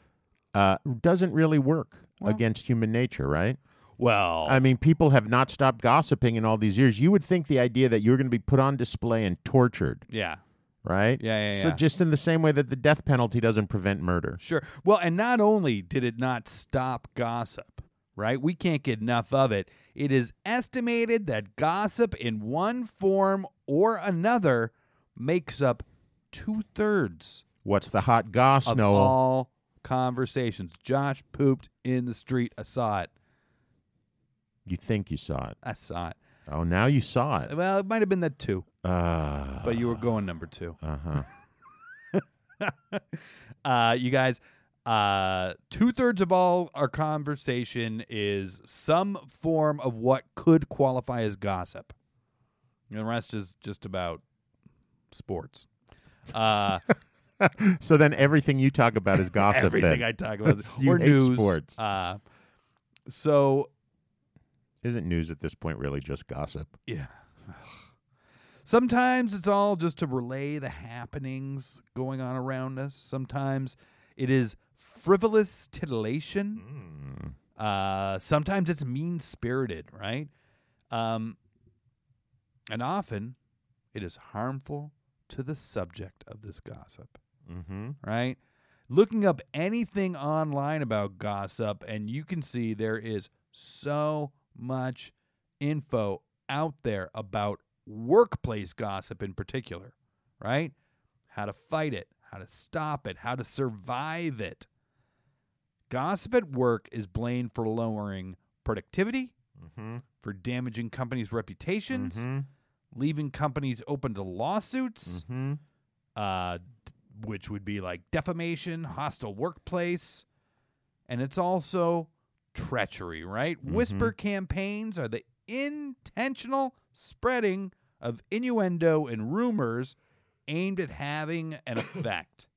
S5: uh, doesn't really work against human nature, right?
S6: Well,
S5: I mean, people have not stopped gossiping in all these years. You would think the idea that you were going to be put on display and tortured,
S6: yeah,
S5: right?
S6: Yeah, yeah,
S5: So
S6: yeah.
S5: just in the same way that the death penalty doesn't prevent murder.
S6: sure. Well, and not only did it not stop gossip, right? We can't get enough of it. It is estimated that gossip in one form or another makes up two thirds
S5: What's the hot goss,
S6: of
S5: Noel?
S6: all conversations. Josh pooped in the street. I saw it.
S5: you think you saw it.
S6: I saw it.
S5: Oh, now you saw it.
S6: Well, it might have been the two,
S5: Uh,
S6: but you were going number two.
S5: Uh-huh.
S6: [LAUGHS] Uh, you guys, uh, two thirds of all our conversation is some form of what could qualify as gossip. And the rest is just about sports. Uh,
S5: So then everything you talk about is gossip
S6: [LAUGHS] everything
S5: then.
S6: I
S5: [LAUGHS]
S6: talk about is
S5: You
S6: or
S5: hate
S6: news.
S5: sports.
S6: Uh, so
S5: Isn't news at this point really just gossip?
S6: Yeah. [SIGHS] Sometimes it's all just to relay the happenings going on around us. Sometimes it is frivolous titillation. Uh, sometimes it's mean spirited, right? Um, and often it is harmful to the subject of this gossip
S5: Mm-hmm.
S6: right? Looking up anything online about gossip, and you can see there is so much info out there about workplace gossip in particular, right? How to fight it, how to stop it, how to survive it. Gossip at work is blamed for lowering productivity,
S5: Mhm.
S6: for damaging companies' reputations,
S5: Mhm.
S6: leaving companies open to lawsuits
S5: Mm-hmm.
S6: uh, d- which would be like defamation, hostile workplace, and it's also treachery, right? Whisper campaigns are the intentional spreading of innuendo and rumors aimed at having an effect.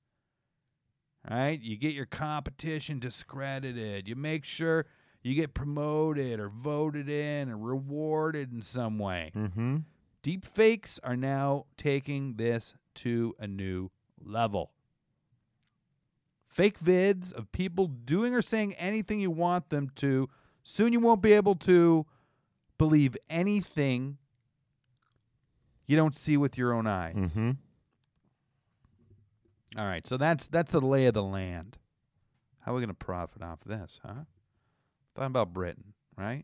S6: All right, you get your competition discredited. You make sure you get promoted or voted in or rewarded in some way.
S5: Mm-hmm.
S6: Deep fakes are now taking this to a new level. Fake vids of people doing or saying anything you want them to. Soon you won't be able to believe anything you don't see with your own eyes.
S5: Mm-hmm.
S6: All right, so that's that's the lay of the land. How are we going to profit off this, huh? Thought about Britain, right?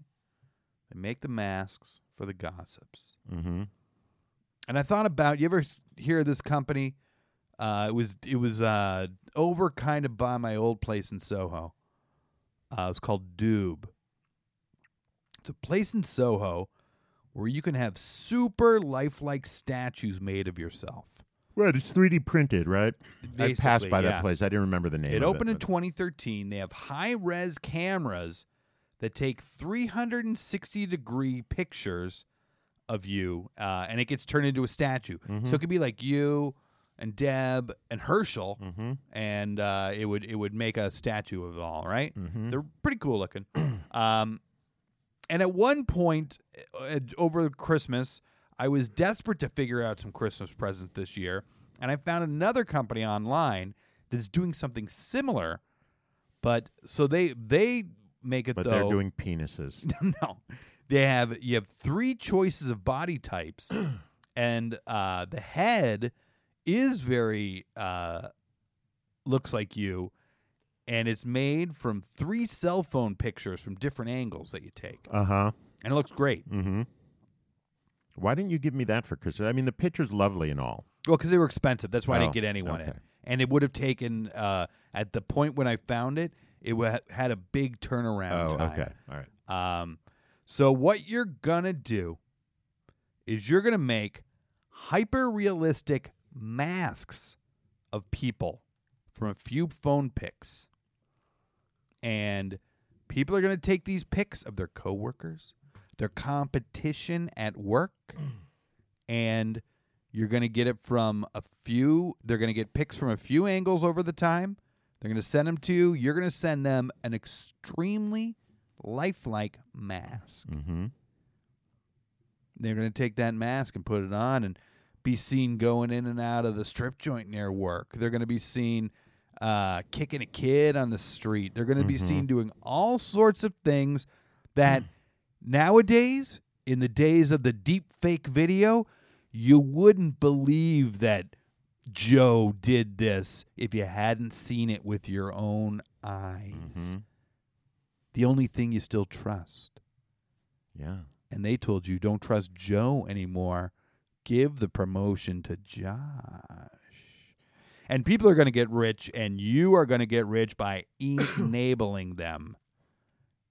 S6: They make the masks for the gossips.
S5: Mm-hmm.
S6: and I thought about you ever s- hear of this company? Uh, it was it was uh, over kind of by my old place in Soho. Uh, it's called Dube. It's a place in Soho where you can have super lifelike statues made of yourself.
S5: Right, it's 3D printed, right? I passed
S6: Basically,
S5: by
S6: yeah.
S5: that place. I didn't remember the name.
S6: It
S5: of
S6: opened in
S5: but-
S6: 2013. They have high res cameras that take 360 degree pictures of you, uh, and it gets turned into a statue. So it could be like you and Deb and Herschel, and uh, it would it would make a statue of it all. right? they're pretty cool looking. [CLEARS THROAT] um, and at one point uh, over Christmas, I was desperate to figure out some Christmas presents this year, and I found another company online that's doing something similar. But so they they make it
S5: but
S6: though.
S5: they're doing penises.
S6: [LAUGHS]
S5: [LAUGHS]
S6: no, they have you have three choices of
S5: [CLEARS THROAT]
S6: body types, and uh, the head is very uh, looks like you, and it's made from three cell phone pictures from different angles that you take,
S5: Uh huh.
S6: and it looks great.
S5: Mm-hmm. Why didn't you give me that for Christmas? I mean, the picture's lovely and all.
S6: Well, because they were expensive. That's why I
S5: Oh,
S6: didn't get anyone in.
S5: okay.
S6: And it would have taken, uh, at the point when I found it, it wa had a big turnaround time.
S5: Oh, All right.
S6: Um, so, what you're going to do is you're going to make hyper realistic masks of people from a few phone pics. And people are going to take these pics of their coworkers, their competition at work, and you're going to get it from a few. They're going to get pics from a few angles over the time. They're going to send them to you. You're going to send them an extremely lifelike mask.
S5: Mm-hmm.
S6: They're going to take that mask and put it on and be seen going in and out of the strip joint near work. They're going to be seen uh, kicking a kid on the street. They're going to be seen doing all sorts of things that nowadays, in the days of the deep fake video, you wouldn't believe that Joe did this if you hadn't seen it with your own eyes. the only thing you still trust.
S5: Yeah.
S6: And they told you don't trust Joe anymore. Give the promotion to Josh. And people are going to get rich, and you are going to get rich
S5: [COUGHS]
S6: by enabling them.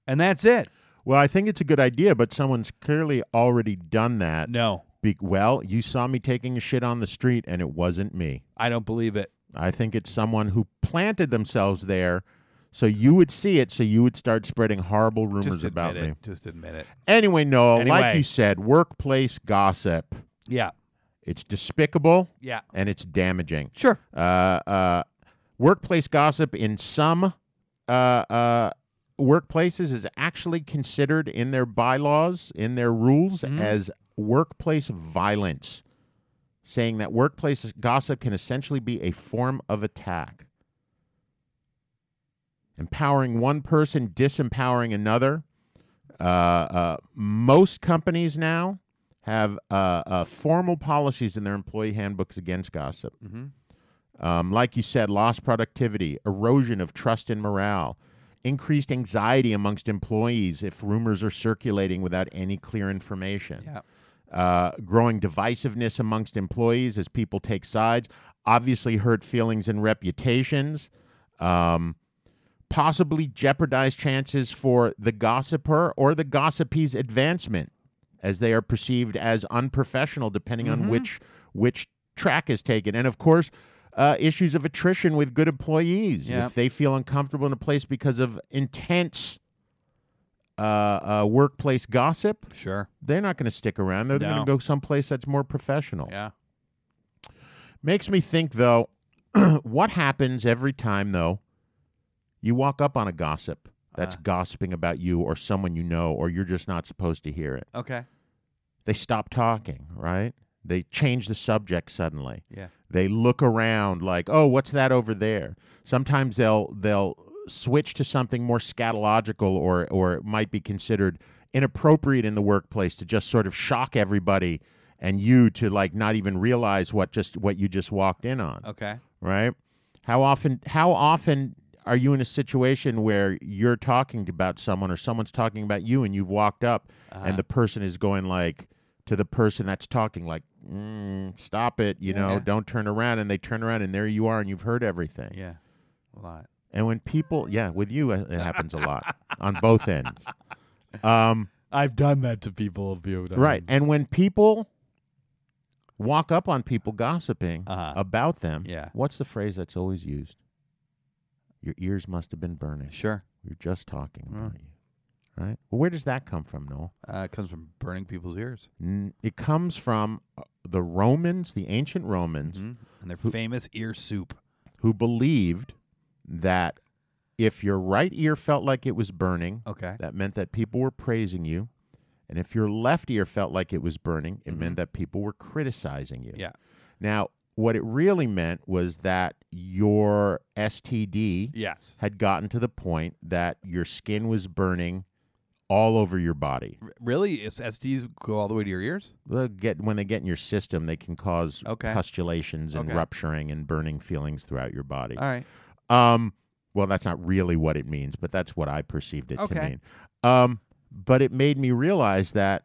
S6: And that's it.
S5: Well, I think it's a good idea, but someone's clearly already done that.
S6: No,
S5: Be- well, you saw me taking a shit on the street, and it wasn't me.
S6: I don't believe it.
S5: I think it's someone who planted themselves there so you would see it, so you would start spreading horrible rumors
S6: Just admit
S5: about
S6: it.
S5: me.
S6: Just admit it.
S5: Anyway, Noel, like
S6: Anyway.
S5: you said, workplace gossip.
S6: Yeah.
S5: It's despicable
S6: Yeah.
S5: and it's damaging.
S6: Sure.
S5: Uh, uh, workplace gossip in some uh, uh, workplaces is actually considered in their bylaws, in their rules,
S6: Mm-hmm.
S5: as workplace violence, saying that workplace gossip can essentially be a form of attack. Empowering one person, disempowering another. Uh, uh, most companies now have uh, uh, formal policies in their employee handbooks against gossip. Um, like you said, lost productivity, erosion of trust and morale, increased anxiety amongst employees if rumors are circulating without any clear information.
S6: Yeah.
S5: Uh, growing divisiveness amongst employees as people take sides, obviously hurt feelings and reputations, um, possibly jeopardize chances for the gossiper or the gossipee's advancement as they are perceived as unprofessional, depending on which which track is taken, and of course, uh, issues of attrition with good employees
S6: Yeah.
S5: if they feel uncomfortable in a place because of intense uh, uh, workplace gossip.
S6: Sure.
S5: They're not going to stick around. They're
S6: No.
S5: going to go someplace that's more professional.
S6: Yeah.
S5: Makes me think though, [CLEARS THROAT] what happens every time though you walk up on a gossip
S6: Uh.
S5: that's gossiping about you or someone you know or you're just not supposed to hear it?
S6: Okay.
S5: They stop talking, right? They change the subject suddenly.
S6: Yeah.
S5: They look around like, "Oh, what's that over there?" Sometimes they'll they'll switch to something more scatological or or it might be considered inappropriate in the workplace to just sort of shock everybody and you to like not even realize what just what you just walked in on
S6: Okay.
S5: right? How often how often are you in a situation where you're talking about someone or someone's talking about you and you've walked up
S6: Uh-huh.
S5: and the person is going like to the person that's talking like mm, stop it you know
S6: Yeah.
S5: don't turn around and they turn around and there you are and you've heard everything
S6: Yeah. A lot.
S5: and when people yeah with you uh, it happens a lot on both
S6: [LAUGHS]
S5: ends um,
S6: I've done that to people of you.
S5: right and when people walk up on people gossiping
S6: Uh-huh.
S5: about them
S6: Yeah.
S5: what's the phrase that's always used your ears must have been burning
S6: Sure.
S5: We are just talking
S6: Mm.
S5: about you, right? Well, where does that come from, Noel?
S6: Uh, it comes from burning people's ears.
S5: N- It comes from uh, the Romans, the ancient Romans,
S6: Mm. And their famous ear soup.
S5: who believed that if your right ear felt like it was burning,
S6: Okay.
S5: that meant that people were praising you, and if your left ear felt like it was burning, it meant that people were criticizing you.
S6: Mm-hmm. Yeah.
S5: Now, what it really meant was that your STD
S6: Yes.
S5: had gotten to the point that your skin was burning all over your body.
S6: R- really? It's STDs go all the way to your ears?
S5: They'll get when they get in your system, they can cause
S6: Okay.
S5: pustulations and
S6: Okay.
S5: rupturing and burning feelings throughout your body.
S6: All right.
S5: Um, well, that's not really what it means, but that's what I perceived it to
S6: Okay.
S5: mean. Um, but it made me realize that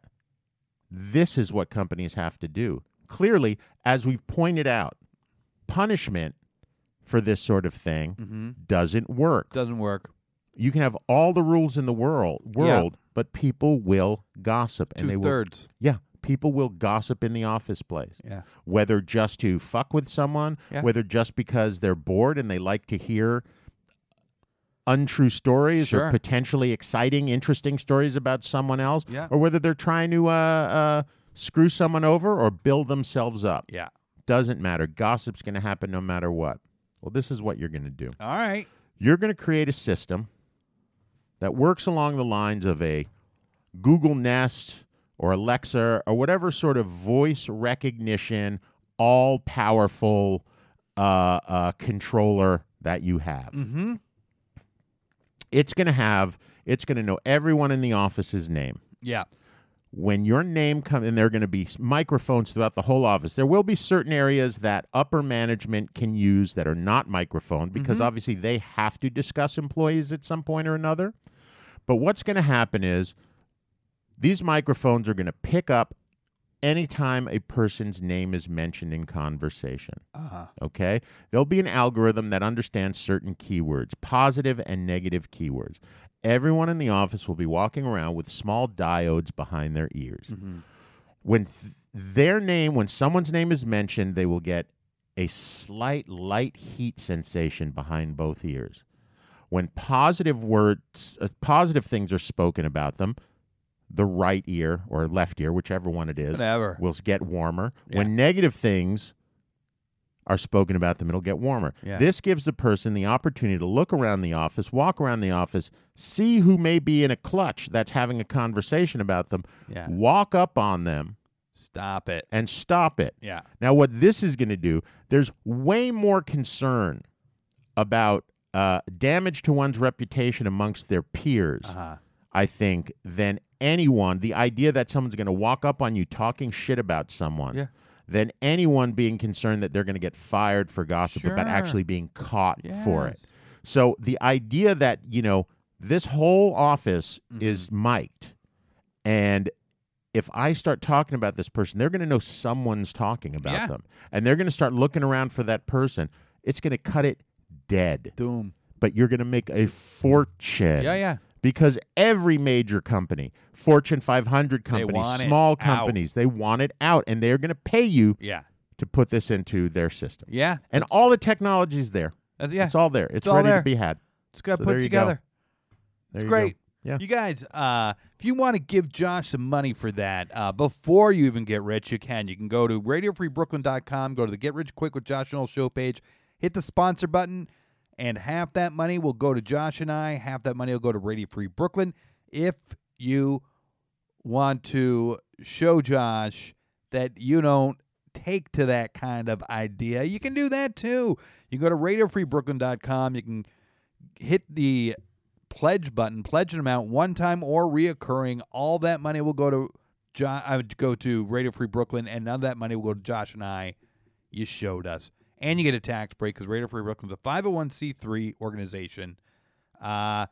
S5: this is what companies have to do. Clearly, as we've pointed out, punishment for this sort of thing
S6: Mm-hmm.
S5: doesn't work.
S6: Doesn't work.
S5: You can have all the rules in the world, world, but people will gossip, and they
S6: Two
S5: will
S6: thirds.
S5: yeah, people will gossip in the office place.
S6: Yeah.
S5: Whether just to fuck with someone,
S6: Yeah.
S5: whether just because they're bored and they like to hear untrue stories or
S6: Sure.
S5: potentially exciting, interesting stories about someone else,
S6: Yeah.
S5: or whether they're trying to uh, uh, screw someone over or build themselves up.
S6: Yeah.
S5: Doesn't matter. Gossip's going to happen no matter what. Well, this is what you're going to do
S6: All right.
S5: you're going to create a system that works along the lines of a Google Nest or Alexa or whatever sort of voice recognition, all powerful uh, uh, controller that you have. Mm-hmm. It's going to have, it's going to know everyone in the office's name.
S6: Yeah.
S5: When your name comes, and there are going to be s- microphones throughout the whole office. There will be certain areas that upper management can use that are not microphone because obviously they have to discuss employees at some point or another. But what's going to happen is these microphones are going to pick up anytime a person's name is mentioned in conversation. Uh-huh. Okay? There'll be an algorithm that understands certain keywords, positive and negative keywords. Everyone in the office will be walking around with small diodes behind their ears. When th- their name, when someone's name is mentioned, they will get a slight light heat sensation behind both ears. When positive words, uh, positive things are spoken about them, the right ear or left ear, whichever one it is,
S6: Whatever.
S5: will get warmer. When negative things are spoken about them, it'll get warmer.
S6: Yeah.
S5: This gives the person the opportunity to look around the office, walk around the office, see who may be in a clutch that's having a conversation about them,
S6: Yeah.
S5: walk up on them,
S6: Stop it.
S5: and stop it.
S6: Yeah.
S5: Now, what this is going to do, there's way more concern about uh, damage to one's reputation amongst their peers,
S6: Uh-huh.
S5: I think, than anyone. The idea that someone's going to walk up on you talking shit about someone.
S6: Yeah.
S5: Than anyone being concerned that they're going to get fired for gossip about
S6: Sure.
S5: actually being caught for it.
S6: Yes.
S5: So the idea that, you know, this whole office
S6: Mm-hmm.
S5: is mic'd and if I start talking about this person, they're going to know someone's talking about
S6: Yeah.
S5: them. And they're going to start looking around for that person. It's going to cut it dead.
S6: Doom.
S5: But you're going to make a fortune.
S6: Yeah, yeah.
S5: Because every major company, Fortune 500
S6: want
S5: companies,
S6: it
S5: small
S6: out.
S5: companies, they want it out and they're going to pay you
S6: Yeah.
S5: to put this into their system.
S6: Yeah.
S5: And all the technology's there.
S6: Uh, yeah.
S5: It's all there. It's,
S6: It's all
S5: ready
S6: there.
S5: to be had.
S6: It's got
S5: So there
S6: put
S5: you go.
S6: together.
S5: There you go.
S6: great.
S5: Yeah.
S6: You guys, uh, if you want to give Josh some money for that, uh, before you even get rich, you can. You can go to radiofreebrooklyn.com, go to the Get Rich Quick with Josh and Noel show page, hit the sponsor button, and half that money will go to Josh and I. Half that money will go to Radio Free Brooklyn. If you want to show Josh that you don't take to that kind of idea, you can do that too. You can go to radiofreebrooklyn.com. You can hit the pledge button, pledge an amount one time or reoccurring. All that money will go to John. I would go to Radio Free Brooklyn, and none of that money will go to Josh and I. You showed us, and you get a tax break because Radio Free Brooklyn's a five hundred one c three organization. Uh,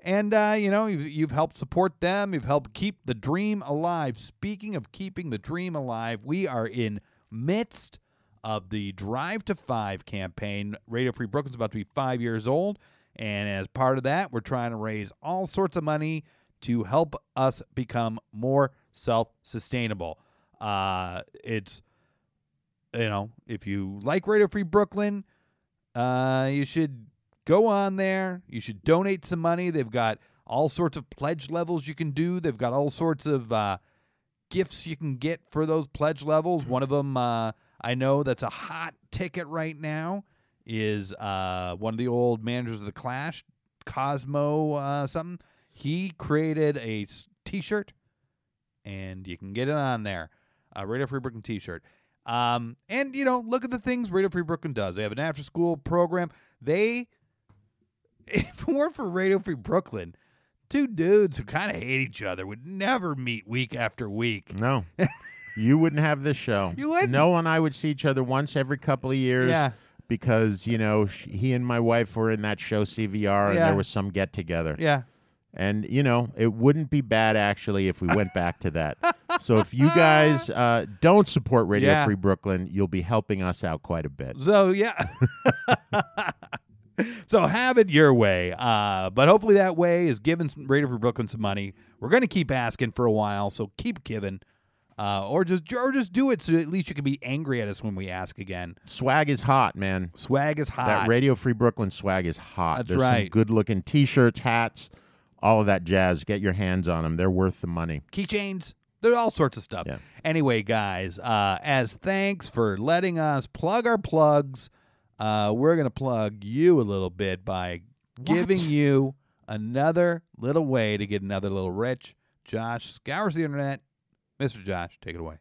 S6: and uh, you know you've, you've helped support them. You've helped keep the dream alive. Speaking of keeping the dream alive, we are in midst of the Drive to Five campaign. Radio Free Brooklyn's about to be five years old, and as part of that, we're trying to raise all sorts of money to help us become more self-sustainable. Uh, it's you know if you like Radio Free Brooklyn, uh, you should go on there. You should donate some money. They've got all sorts of pledge levels you can do. They've got all sorts of uh, gifts you can get for those pledge levels. One of them uh, I know that's a hot ticket right now is uh, one of the old managers of the Clash, Cosmo uh, something. He created a s- T-shirt and you can get it on there. Uh, Radio Free Brooklyn T-shirt. Um, and you know, look at the things Radio Free Brooklyn does. They have an after-school program. They, [LAUGHS] if it weren't for Radio Free Brooklyn, two dudes who kind of hate each other would never meet week after week. [LAUGHS]
S5: No. you wouldn't have this show.
S6: You wouldn't?
S5: No one I would see each other once every couple of years.
S6: Yeah.
S5: Because, you know, sh- he and my wife were in that show CVR and
S6: Yeah.
S5: there was some get together.
S6: Yeah,
S5: And, you know, it wouldn't be bad actually if we went back to that. So if you
S6: [LAUGHS]
S5: guys uh, don't support Radio
S6: Yeah.
S5: Free Brooklyn, you'll be helping us out quite a bit.
S6: So yeah. [LAUGHS] so have it your way. Uh, but hopefully that way is giving some- Radio Free Brooklyn some money. We're gonna keep asking for a while, so keep giving. Uh, or just or just do it so at least you can be angry at us when we ask again.
S5: Swag is hot, man.
S6: Swag is hot.
S5: That Radio Free Brooklyn swag is hot.
S6: That's
S5: There's some
S6: right.
S5: good looking t shirts, hats, all of that jazz. Get your hands on them. They're worth the money.
S6: keychains. There's all sorts of stuff.
S5: Yeah.
S6: Anyway, guys, uh, as thanks for letting us plug our plugs, uh, we're going to plug you a little bit by giving you another little way to get another little rich. Josh scours the internet. Mr. Josh, take it away.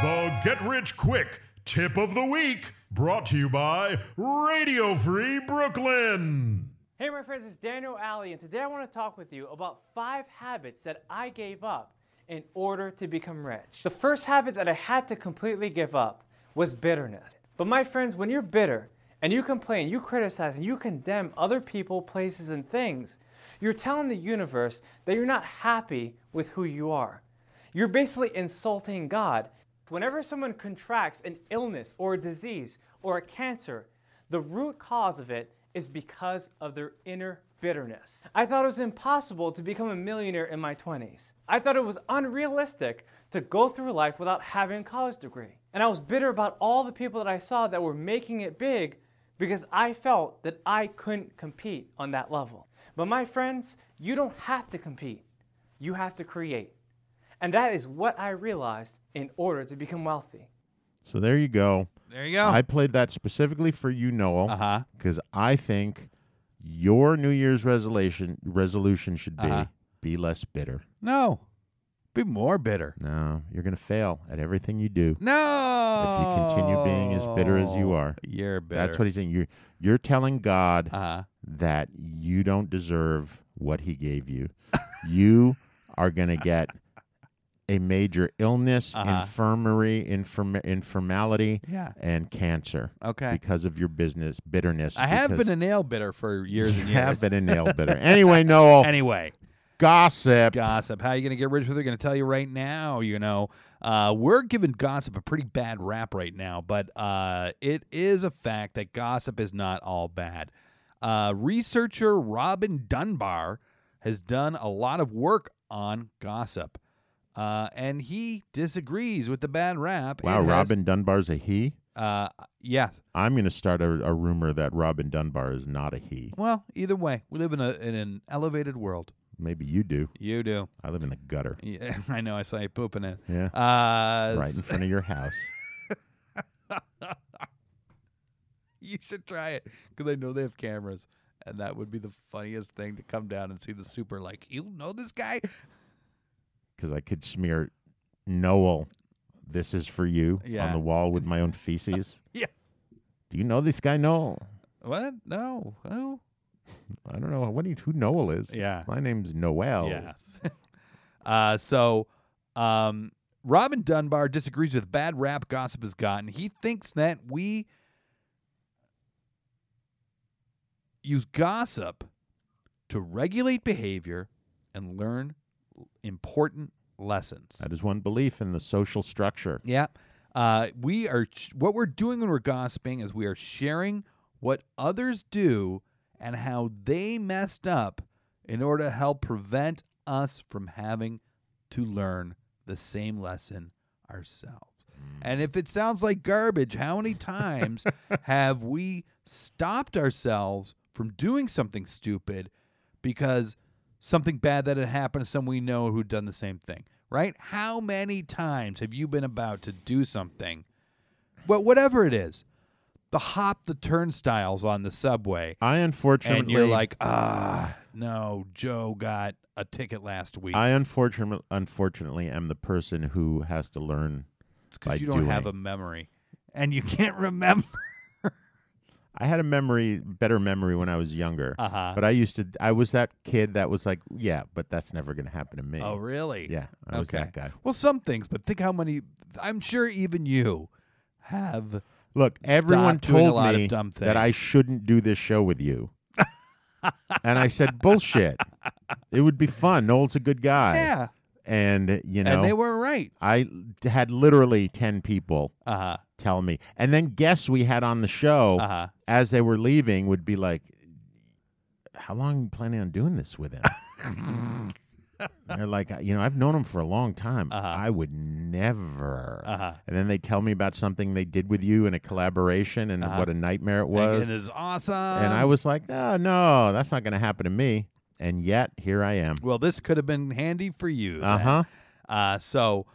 S7: The Get Rich Quick Tip of the Week, brought to you by Radio Free Brooklyn.
S8: Hey, my friends, it's Daniel Alley, and today I want to talk with you about five habits that I gave up in order to become rich. The first habit that I had to completely give up was bitterness. But, my friends, when you're bitter, and you complain, you criticize, and you condemn other people, places, and things, you're telling the universe that you're not happy with who you are. You're basically insulting God. Whenever someone contracts an illness or a disease or a cancer, the root cause of it is because of their inner bitterness. I thought it was impossible to become a millionaire in my 20s. I thought it was unrealistic to go through life without having a college degree. And I was bitter about all the people that I saw that were making it big because I felt that I couldn't compete on that level. But my friends, you don't have to compete. You have to create. And that is what I realized in order to become wealthy.
S5: So there you go.
S6: There you go.
S5: I played that specifically for you, Noel,
S6: Uh-huh.
S5: because I think your New Year's resolution resolution should be
S6: Uh-huh.
S5: be less bitter.
S6: no. Be more bitter.
S5: No, you're gonna fail at everything you do.
S6: No.
S5: continue being as bitter as you are.
S6: You're bitter.
S5: That's what he's saying. You're you're telling God
S6: Uh-huh.
S5: that you don't deserve what He gave
S6: [LAUGHS]
S5: you. you are gonna get a major illness, infirmary, infirm- informality,
S6: Uh-huh. Yeah.
S5: and cancer.
S6: Okay.
S5: because of your business bitterness.
S6: I have
S5: because
S6: been a nail bitter for years
S5: [LAUGHS]
S6: and
S5: you
S6: years.
S5: have been Oh. a nail
S6: [LAUGHS]
S5: bitter. Anyway, Noel,
S6: Anyway.
S5: gossip.
S6: gossip. How are you going to get rich with it? Going to tell you right now. You know, uh, we're giving gossip a pretty bad rap right now, but uh, it is a fact that gossip is not all bad. Uh, researcher Robin Dunbar has done a lot of work on gossip, uh, and he disagrees with the bad rap.
S5: Wow,
S6: It has-
S5: Robin Dunbar's a he.
S6: Uh, yes.
S5: I'm going to start a, a rumor that Robin Dunbar is not a he.
S6: Well, either way, we live in a in an elevated world.
S5: Maybe you do.
S6: You do. [LAUGHS]
S5: I live in the gutter,
S6: Yeah, I know. I saw you pooping it.
S5: Yeah.
S6: Uh,
S5: right in front of your
S6: [LAUGHS]
S5: house.
S6: You should try it because I know they have cameras, and that would be the funniest thing to come down and see the super. Like, you know this guy?
S5: Because I could smear Noel. This is for you
S6: Yeah.
S5: on the wall with my
S6: [LAUGHS]
S5: own feces.
S6: Yeah.
S5: Do you know this guy Noel?
S6: What? No. Oh.
S5: I don't know what do you, who Noel is.
S6: Yeah.
S5: my name's Noel.
S6: Yes. Oh. [LAUGHS] uh, so, um, Robin Dunbar disagrees with bad rap gossip has gotten. He thinks that we use gossip to regulate behavior and learn important lessons.
S5: That is one belief in the social structure.
S6: Yeah. Uh, we are what we're doing when we're gossiping is we are sharing what others do and how they messed up in order to help prevent us from having to learn the same lesson ourselves. And if it sounds like garbage, how many times have we stopped ourselves from doing something stupid because something bad that had happened to someone we know who'd done the same thing, right? How many times have you been about to do something, but whatever it is, the hop the turnstiles on the subway,
S5: I unfortunately
S6: and you're like, ah, no, Joe got a ticket last week.
S5: I unfortunately unfortunately am the person who has to learn
S6: It's
S5: by
S6: because you don't have a
S5: doing.
S6: memory, and you can't
S5: [LAUGHS]
S6: remember.
S5: I had a memory better memory when I was younger.
S6: Uh-huh.
S5: But I used to I was that kid that was like, yeah, but that's never going to happen to me.
S6: Oh, [LAUGHS] really?
S5: Yeah, I was that guy.
S6: Well, some things, but think how many. I'm sure even you have.
S5: Look, everyone
S6: Stop doing a
S5: told
S6: lot of
S5: me
S6: dumb
S5: that I
S6: things.
S5: shouldn't do this show with
S6: [LAUGHS]
S5: you. and I said, "Bullshit. It would be fun. Noel's a good guy."
S6: Yeah,
S5: And you know,
S6: and they were right.
S5: I had literally 10 people
S6: Uh huh.
S5: tell me. And then guests we had on the show
S6: Uh-huh.
S5: as they were leaving would be like, How long you planning on doing this with him?
S6: [LAUGHS]
S5: And They're like, you know, I've known him for a long time. I would never.
S6: Uh-huh.
S5: And then they tell me about something they did with you in a collaboration and
S6: Uh-huh.
S5: what a nightmare it was.
S6: and it is awesome.
S5: and I was like, oh, no, that's not going to happen to me. And yet, here I am.
S6: Well, this could have been handy for you. then.
S5: Uh-huh.
S6: Uh So,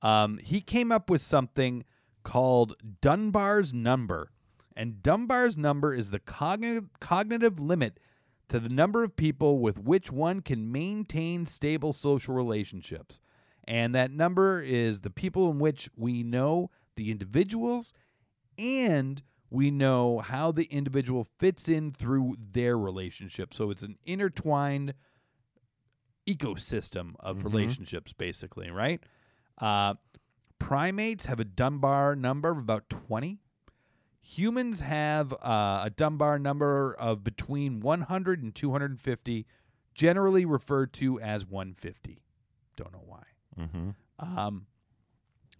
S6: um, he came up with something called Dunbar's number, and Dunbar's number is the cognitive cognitive limit to the number of people with which one can maintain stable social relationships, and that number is the people in which we know the individuals and we know how the individual fits in through their relationship. So it's an intertwined ecosystem of relationships, basically, right? Uh, primates have a Dunbar number of about 20. humans have uh, a Dunbar number of between 100 and 250, generally referred to as 150. Don't know why. Um,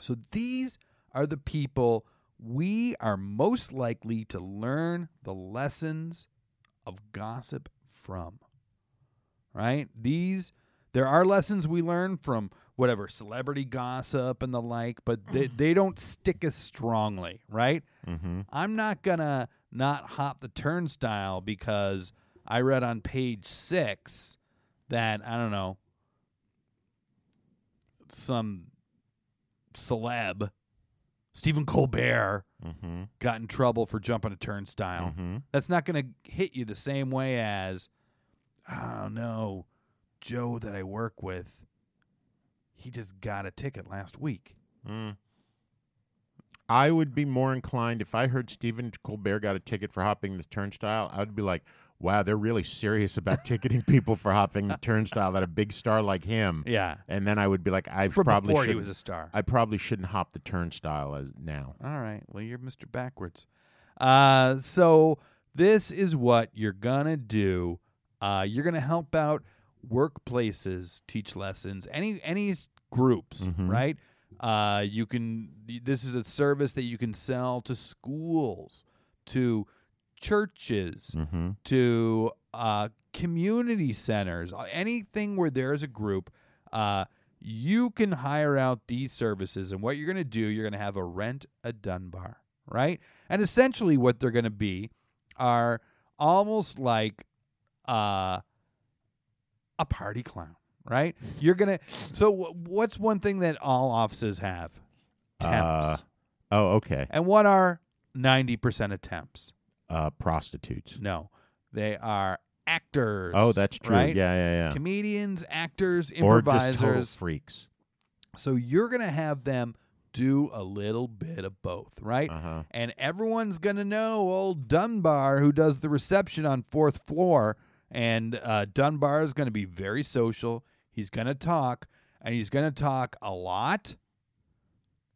S6: so these are the people we are most likely to learn the lessons of gossip from. Right? These there are lessons we learn from whatever celebrity gossip and the like, but they, they don't stick as strongly, right? I'm not gonna not hop the turnstile because I read on page six that I don't know some celeb, Stephen Colbert,
S5: Mm-hmm.
S6: got in trouble for jumping a turnstile. That's not going to hit you the same way as, oh no, Joe that I work with, he just got a ticket last week.
S5: I would be more inclined if I heard Stephen Colbert got a ticket for hopping the turnstile. I would be like, "Wow, they're really serious about ticketing people for hopping the turnstile at a big star like him."
S6: Yeah.
S5: And then I would be like, "I
S6: From
S5: probably
S6: before he
S5: shouldn't,
S6: was a star.
S5: I probably shouldn't hop the turnstile as now."
S6: All right. Well, you're Mr. Backwards. Uh, so this is what you're gonna do. Uh, you're gonna help out workplaces teach lessons. Any any s- groups, right? Uh, you can. y- This is a service that you can sell to schools, to churches,
S5: Mm-hmm.
S6: to uh, community centers, uh, anything where there is a group, uh, you can hire out these services. And what you're going to do, you're going to have a rent a Dunbar, right? And essentially, what they're going to be are almost like uh, a party clown, right? You're going to. So, wh- what's one thing that all offices have? Temps.
S5: Uh, Oh, okay.
S6: and what are 90% of temps?
S5: Uh, prostitutes.
S6: No, they are actors.
S5: Oh, that's true.
S6: right?
S5: Yeah, yeah, yeah.
S6: Comedians, actors,
S5: or just total
S6: improvisers.
S5: freaks.
S6: So you're going to have them do a little bit of both, right?
S5: Uh-huh.
S6: And everyone's going to know old Dunbar who does the reception on fourth floor. And uh, Dunbar is going to be very social. He's going to talk, and he's going to talk a lot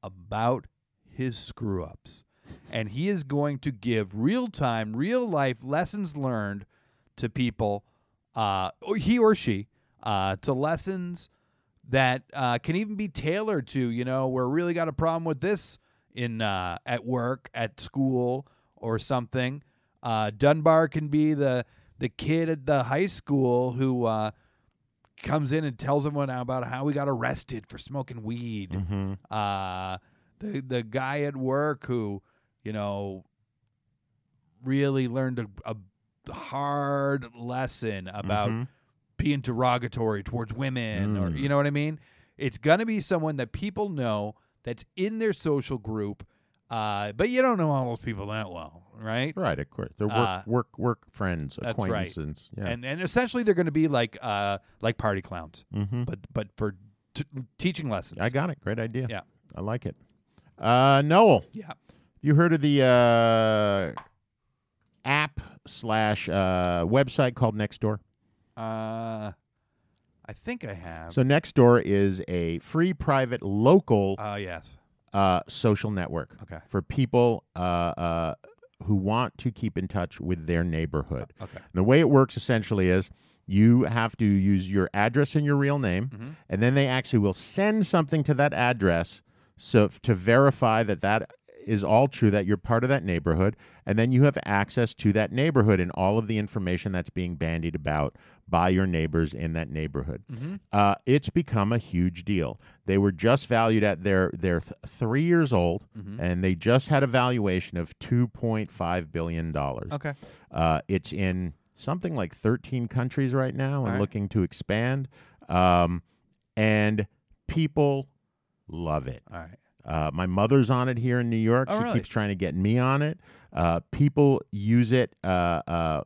S6: about his screw ups. And he is going to give real time, real life lessons learned to people, uh, or he or she, uh, to lessons that uh, can even be tailored to, you know, we're really got a problem with this in uh, at work, at school, or something. Uh, Dunbar can be the the kid at the high school who uh, comes in and tells everyone about how he got arrested for smoking weed. Uh, the the guy at work who, you know, really learned a, a hard lesson about being derogatory towards women, or you know what I mean. It's gonna be someone that people know that's in their social group, uh, but you don't know all those people that well, right?
S5: Right, of course. They're work,
S6: Uh,
S5: work, work friends,
S6: That's right.
S5: acquaintances. Yeah.
S6: And and essentially they're going to be like uh like party clowns, but but for t- teaching lessons.
S5: Mm-hmm. I got it. Great idea.
S6: Yeah.
S5: I like it. Uh, Noel,
S6: yeah.
S5: you heard of the uh, app slash uh, website called Nextdoor?
S6: Uh, I think I have.
S5: So Nextdoor is a free, private, local
S6: uh, yes.
S5: uh, social network
S6: Okay.
S5: for people uh, uh, who want to keep in touch with their neighborhood.
S6: Uh, Okay.
S5: And the way it works essentially is you have to use your address and your real name,
S6: Mm-hmm.
S5: and then they actually will send something to that address so f- to verify that that is all true that you're part of that neighborhood and then you have access to that neighborhood and all of the information that's being bandied about by your neighbors in that neighborhood
S6: Mm-hmm.
S5: uh, it's become a huge deal they were just valued at their they're th- three years old
S6: Mm-hmm.
S5: and they just had a valuation of 2.5 billion dollars
S6: Okay.
S5: uh, it's in something like 13 countries right now and
S6: right.
S5: looking to expand um, and people love it
S6: All right.
S5: uh, my mother's on it here in New York.
S6: Oh,
S5: she
S6: really?
S5: keeps trying to get me on it. Uh, people use it uh, uh,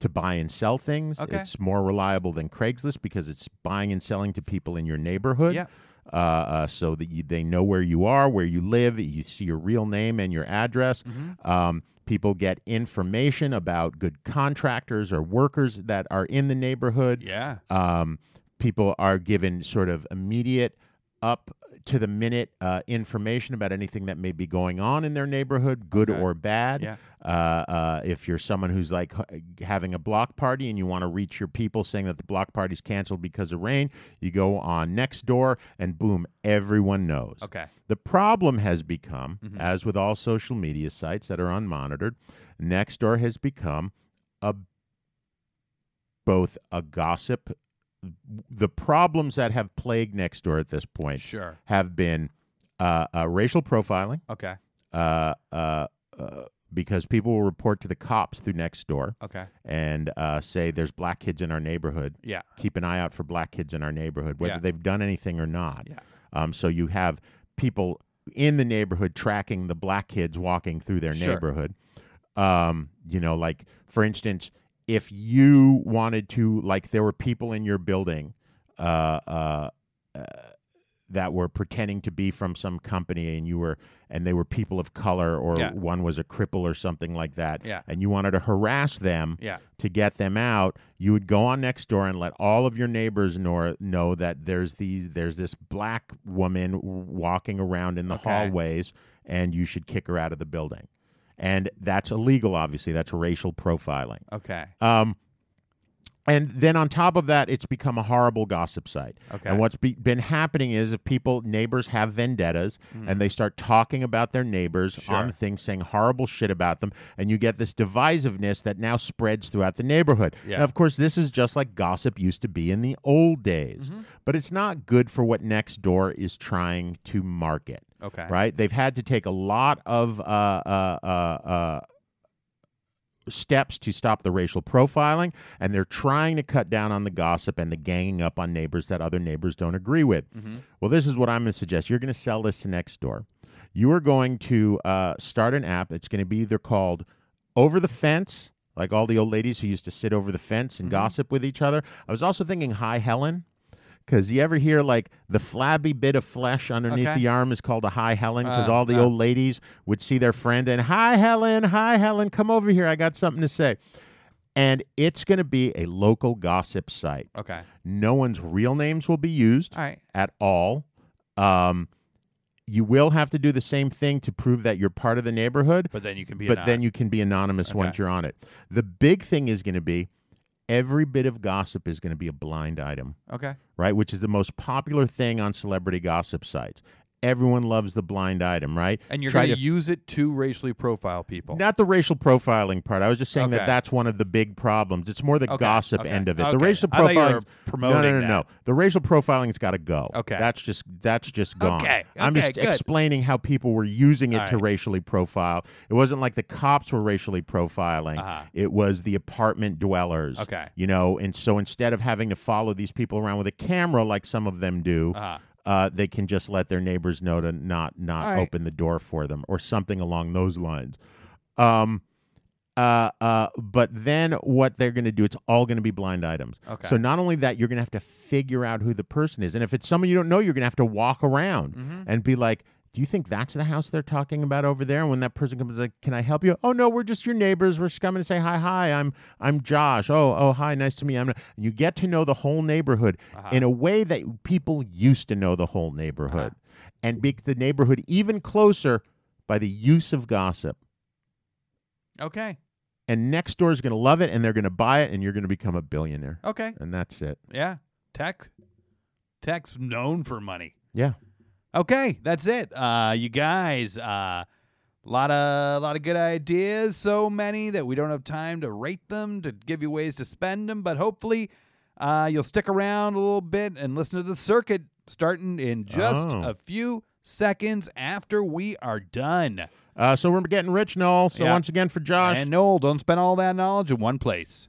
S5: to buy and sell things.
S6: Okay.
S5: It's more reliable than Craigslist because it's buying and selling to people in your neighborhood.
S6: Yeah.
S5: Uh, uh, so that you, they know where you are, where you live. You see your real name and your address.
S6: Mm-hmm.
S5: Um, people get information about good contractors or workers that are in the neighborhood
S6: Yeah.
S5: um, people are given sort of immediate up to the minute uh, information about anything that may be going on in their neighborhood, good or bad.
S6: Yeah.
S5: Uh, uh, if you're someone who's like h- having a block party and you want to reach your people saying that the block party's canceled because of rain, you go on next door and boom, everyone knows.
S6: Okay.
S5: The problem has become,
S6: Mm-hmm.
S5: as with all social media sites that are unmonitored, Nextdoor has become a both a gossip. The problems that have plagued Nextdoor at this point
S6: Sure.
S5: have been uh, uh, racial profiling,
S6: Okay.
S5: uh, uh, uh, because people will report to the cops through Nextdoor
S6: Okay.
S5: and uh, say there's black kids in our neighborhood.
S6: Yeah.
S5: Keep an eye out for black kids in our neighborhood, whether
S6: Yeah.
S5: they've done anything or not.
S6: Yeah.
S5: Um, so you have people in the neighborhood tracking the black kids walking through their
S6: Sure.
S5: neighborhood. Um, you know, like for instance, if you wanted to, like, there were people in your building uh, uh, uh, that were pretending to be from some company, and you were, and they were people of color, or
S6: Yeah.
S5: one was a cripple or something like that,
S6: Yeah.
S5: and you wanted to harass them,
S6: Yeah.
S5: to get them out, you would go on next door and let all of your neighbors know, know that there's these there's this black woman w- walking around in the
S6: Okay.
S5: hallways and you should kick her out of the building. And that's illegal obviously. That's racial profiling.
S6: Okay.
S5: Um, and then on top of that, it's become a horrible gossip site.
S6: Okay.
S5: And what's be- been happening is if people, neighbors have vendettas
S6: Mm-hmm.
S5: and they start talking about their neighbors on things, saying horrible shit about them, and you get this divisiveness that now spreads throughout the neighborhood.
S6: Yeah.
S5: Now, of course, this is just like gossip used to be in the old days,
S6: Mm-hmm.
S5: but it's not good for what Nextdoor is trying to market.
S6: Okay.
S5: Right? They've had to take a lot of uh, uh, uh, uh, steps to stop the racial profiling, and they're trying to cut down on the gossip and the ganging up on neighbors that other neighbors don't agree with. Well, this is what I'm going to suggest. You're going to sell this to Nextdoor. You are going to uh, start an app. It's going to be either called Over the Fence, like all the old ladies who used to sit over the fence and gossip with each other. I was also thinking Hi Helen. Because you ever hear like the flabby bit of flesh underneath
S6: Okay.
S5: the arm is called a hi Helen because
S6: Uh,
S5: all the
S6: uh.
S5: old ladies would see their friend and hi Helen, hi Helen, come over here. I got something to say. And it's going to be a local gossip site.
S6: Okay.
S5: No one's real names will be used
S6: All right.
S5: at all. Um, you will have to do the same thing to prove that you're part of the neighborhood,
S6: But then you can be.
S5: but then you can be anonymous once
S6: Okay.
S5: you're on it. The big thing is going to be every bit of gossip is going to be a blind item
S6: Okay.
S5: right? Which is the most popular thing on celebrity gossip sites. Everyone loves the blind item, right?
S6: And you're
S5: Try
S6: going to
S5: to-
S6: use it to racially profile people.
S5: not the racial profiling part. I was just saying that
S6: Okay.
S5: that's one of the big problems. It's more the
S6: Okay,
S5: gossip
S6: okay,
S5: end of it. The
S6: okay.
S5: racial
S6: I thought you were
S5: profiling. no,
S6: promoting
S5: no, no, no.
S6: that.
S5: The racial profiling's got to go.
S6: Okay.
S5: that's just that's just gone.
S6: Okay,
S5: I'm
S6: okay,
S5: just
S6: good.
S5: explaining how people were using it
S6: All
S5: to
S6: right.
S5: racially profile. It wasn't like the cops were racially profiling.
S6: Uh-huh.
S5: It was the apartment dwellers.
S6: Okay.
S5: you know, and so instead of having to follow these people around with a camera like some of them do.
S6: Uh-huh.
S5: Uh, they can just let their neighbors know to not not
S6: All right.
S5: open the door for them or something along those lines. Um, uh, uh, but then what they're going to do, it's all going to be blind items.
S6: Okay.
S5: So not only that, you're going to have to figure out who the person is. And if it's someone you don't know, you're going to have to walk around and be like, do you think that's the house they're talking about over there? And when that person comes, like, can I help you? Oh no, we're just your neighbors. We're just coming to say hi, hi. I'm I'm Josh. Oh oh hi, nice to meet you. I'm. You get to know the whole neighborhood in a way that people used to know the whole neighborhood, and make the neighborhood even closer by the use of gossip
S6: Okay.
S5: and next door is going to love it and they're going to buy it and you're going to become a billionaire
S6: Okay.
S5: and that's it
S6: Yeah. Tech. Tech's known for money.
S5: yeah
S6: Okay, that's it. Uh, you guys, a uh, lot of lot of good ideas. So many that we don't have time to rate them, to give you ways to spend them. But hopefully, uh, you'll stick around a little bit and listen to the circuit starting in just
S5: Oh.
S6: a few seconds after we are done.
S5: uh, so we're getting rich noel so
S6: Yeah.
S5: once again for josh
S6: And Noel, don't spend all that knowledge in one place.